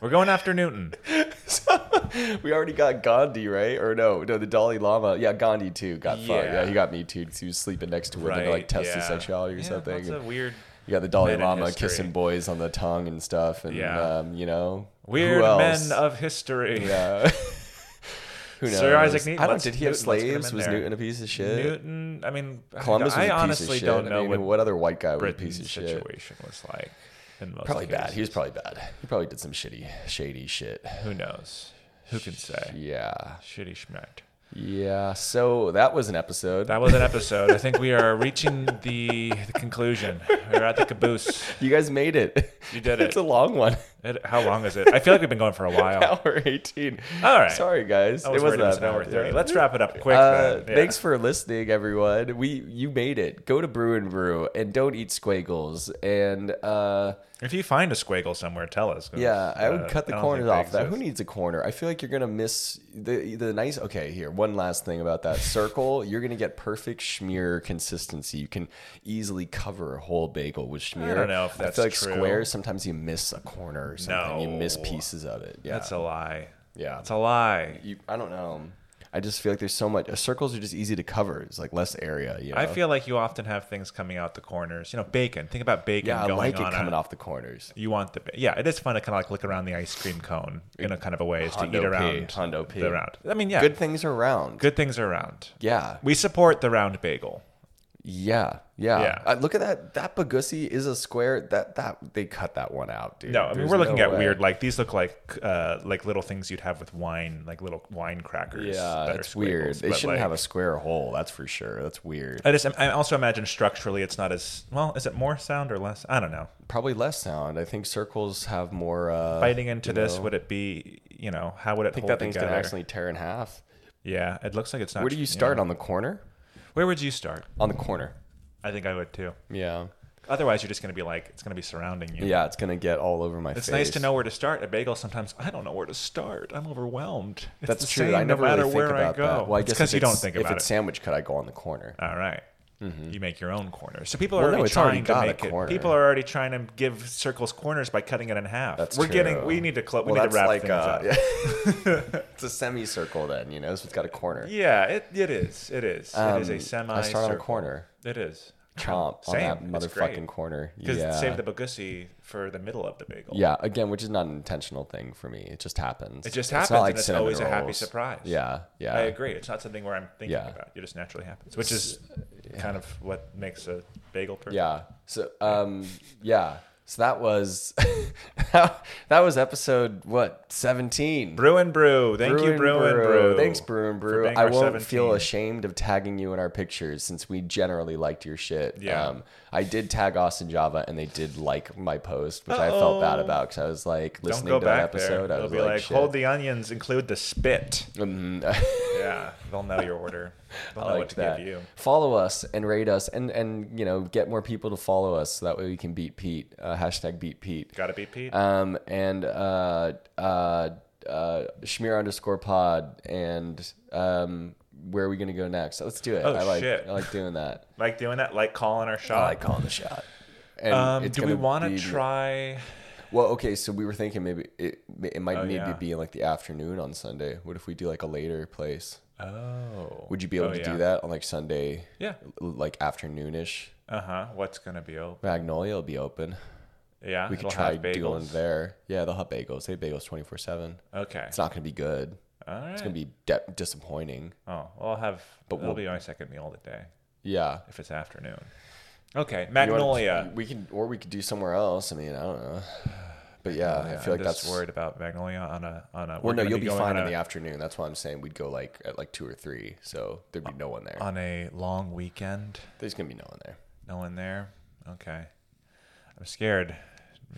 We're going after Newton.
we already got Gandhi, right? Or no, no, the Dalai Lama. Yeah, Gandhi too got fucked.
Yeah.
Yeah, he got me too'd. He was sleeping next to women
Right.
to like test his
yeah.
sexuality or
Yeah,
something.
That's a weird,
you got the Dalai
meta
Lama
history.
kissing boys on the tongue and stuff, and
Yeah.
um, you know,
weird
who else?
men of history.
yeah. Who knows?
Sir Isaac Newton,
I don't.
let's-
Did he have
Newton, let's put him
slaves?
in
Was
there.
Newton a piece of shit?
Newton, I mean, I-
Columbus was
I
a piece
honestly
of shit.
don't know
I mean,
what,
what, other white guy was a piece of
Britain's
shit?
situation was like. In most
Probably bad. He
cases.
was probably bad. He probably did some shitty, shady shit.
Who knows? Who can say?
Yeah.
Shitty schmidt.
Yeah. So that was an episode.
That was an episode. I think we are reaching the, the conclusion. We're at the caboose.
you guys made it.
You did
it's
it.
a long one.
It- how long is it? I feel like we've been going for a while.
Hour 18.
Oh. All right.
Sorry, guys.
I was
it wasn't
worried it was
that
an hour
bad,
30.
yeah.
Let's wrap it up quick.
Uh,
then. Yeah.
Thanks for listening, everyone. We you made it. Go to Brew and Brew and don't eat squiggles. And uh,
If you find a squiggle somewhere, tell us. 'cause,
yeah, I would
uh,
cut the
I don't
corners
think they
off that. Who
exist.
needs a corner? I feel like you're gonna miss the the nice. Okay, here one last thing about that circle. You're gonna get perfect schmear consistency. You can easily cover a whole bagel with schmear.
don't know if that's
I feel like
true.
squares. Sometimes you miss a corner or something. You miss
No.
pieces of it. Yeah,
That's a lie.
yeah.
That's a lie.
you, I don't know. I just feel like there's so much. Circles are just easy to cover. It's like less area. You know?
I feel like you often have things coming out the corners. You know, bacon. Think about bacon
yeah, I
going
like it
on. a-
coming off the corners.
You want the ba- yeah. It is fun to kind of like look around the ice cream cone in a kind of a way is to
Hondo
eat
P,
around.
Hondo P.
The round. I mean, yeah.
Good things are round.
good things are round.
Yeah,
We support the round bagel.
yeah, yeah.
Yeah.
Uh, look at that. That Bagussi is a square. That that they cut that one out, dude.
No, I mean
There's
we're looking
no
at
way.
weird. Like these look like uh, like little things you'd have with wine, like little wine crackers.
Yeah,
that are
that's weird.
squiggles,
They
but,
shouldn't
like,
have a square hole. That's for sure. That's weird.
I just I also imagine structurally it's not as well. Is it more sound or less? I don't know.
Probably less sound. I think circles have more. Uh,
Biting into this,
know.
would it be? You know, how would it
I think
hold
that thing's
together?
gonna actually tear in half.
yeah, it looks like it's not.
Where do you start on the corner?
Where would you start?
On the corner.
I think I would too.
Yeah.
Otherwise, you're just going to be like it's going to be surrounding you.
Yeah, it's gonna get all over my
It's
face.
nice to know where to start. A bagel sometimes I don't know where to start. I'm overwhelmed. It's
That's
the
true.
same
I never
no matter
really think
where
about
I go.
that. Well, I guess
because
if
you don't
it's-
think
if
about
it's
it.
sandwich cut, I go on the corner.
All right. You make your own corners. So people are
Well, no,
already
it's already
trying to
got a
make it.
corner.
People are already trying to give circles corners by cutting it in half.
That's
We're
true.
getting. We need to close.
Well,
we need
that's
to wrap
like
things
uh,
up.
it's a semicircle. Then you know, so it's got a corner.
Yeah, it, it is. It is. it is a semi.
Um, I start on a corner.
It is.
Chomp
Same.
on that
It's
motherfucking
great.
corner.
Because
Yeah.
save the bagussi for the middle of the bagel.
yeah, again, which is not an intentional thing for me. It just happens.
It just
It's not
happens, and
like
it's
cinnamon
always a happy
rolls.
surprise.
Yeah, yeah.
I agree. It's not something where I'm thinking
Yeah.
about. It just naturally happens, which is kind of what makes a bagel perfect.
Yeah. So um yeah. So that was that was episode what 17.
Brew and brew. Thank you, brew and brew.
Thanks, Brew and
for
Brew.
being
I
our
won't
17.
feel ashamed of tagging you in our pictures since we generally liked your shit. Um,
Yeah.
I did tag Austin Java and they did like my post, which I felt bad
Uh-oh.
about because I was like
Don't
listening
go
to that
back
episode.
there.
I
They'll
was
be
like,
like,
shit.
hold the onions, include the spit. Yeah, they'll know your order. They'll
I
know
liked
what to
that.
give you.
Follow us and rate us and and you know get more people to follow us so that way we can beat Pete. Uh, hashtag beat Pete.
Gotta be Pete.
um, and uh, uh, uh, Shmear underscore pod, and um, where are we gonna go next? Let's do it.
Oh,
I like
shit.
I like doing that.
like doing that? Like calling our shot?
I like calling the shot. And
um, do we
gonna
want
be-
to try?
Well, okay, so we were thinking maybe it it might maybe
Oh, yeah.
be in like the afternoon on Sunday. What if we do like a later place?
Oh.
Would you be able
Oh,
to
yeah.
do that on like Sunday?
Yeah.
l- Like afternoonish.
Uh huh. What's gonna be open?
Magnolia will be open.
Yeah,
We could
it'll
try
have
doing
bagels.
there. Yeah, they'll have bagels. They have bagels twenty four seven.
Okay.
It's not gonna be good.
All right.
It's gonna be de- disappointing.
Oh, well, I'll have. But that'll
we'll-
be my second meal of the day
Yeah.
if it's afternoon. Okay,
You wanna-
Magnolia.
we can, or we could do somewhere else. I mean, I don't know. But yeah, Uh, I
Yeah,
feel like
I'm just
that's.
worried about Magnolia on a on a.
Well, no, you'll be,
going
fine
on
in
a-
the afternoon. That's why I'm saying we'd go like at like two or three, so there'd be no one there.
on a long weekend.
There's gonna be no one there.
No one there. Okay, I'm scared.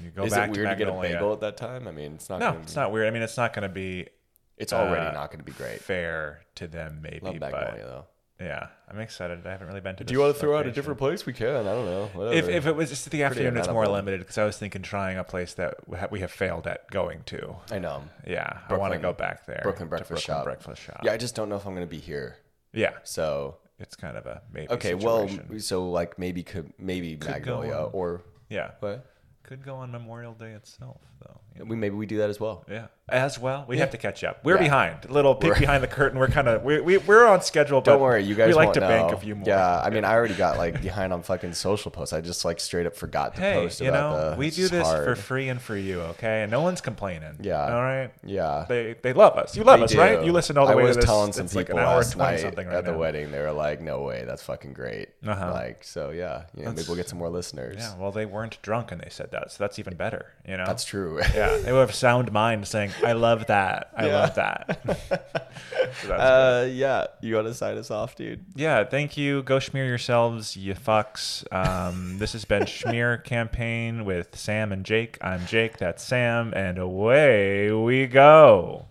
You go
Is
back
it weird to,
to
get a
Magnolia.
bagel at that time? I mean, it's not.
No,
gonna be,
it's not weird. I mean, it's not going to be
it's already
uh,
not gonna be great.
fair to them, maybe.
Love
but
Magnolia though.
Yeah, I'm excited. I haven't really been to.
Do you want to throw out a different place? We can. I don't know.
If,
Whatever.
if it was just the afternoon, it's more
amenable.
limited because I was thinking trying a place that we ha- we have failed at going to.
I know.
Yeah, I want to
Brooklyn-
go back there.
Brooklyn
to
Breakfast
Brooklyn
Shop.
Breakfast Shop.
Yeah, I just don't know if I'm going to be here.
yeah,
So
it's kind of a maybe.
okay,
situation.
well, so like maybe could maybe
go
Magnolia
on.
or
yeah,
what?
could go on Memorial Day itself though. you know.
We maybe we do that as well.
Yeah, as well. We have to catch up. We're
Yeah.
behind. A little peek
We're-
behind the curtain. We're kind of we, we we're on schedule.
Don't
but
worry, you guys
We like
won't
to
know.
bank a few more.
Yeah, I mean, I already got like behind on fucking social posts. I just like straight up forgot to
Hey,
post
you
about
know,
the.
we
it's
do
just
this for
hard.
free and for you, okay? And no one's complaining.
Yeah.
All right.
yeah.
They they love us. You love
They
us, right?
do.
You listen all the
I
way
was
to this.
telling some
it's like
people
an hour and
last
twenty
night
something right
at the
now.
wedding. They were like, "No way, that's fucking great."
Uh-huh.
Like, so yeah, you know, maybe we'll get some more listeners.
Yeah. Well, they weren't drunk and they said that, so that's even better. You know.
That's true.
yeah. They would have sound mind saying, "I love that. I
Yeah.
love that." So that's
uh, yeah, you want to sign us off, dude?
yeah, thank you. Go smear yourselves, you fucks. Um, this has been Smear Campaign with Sam and Jake. I'm Jake, that's Sam, and away we go.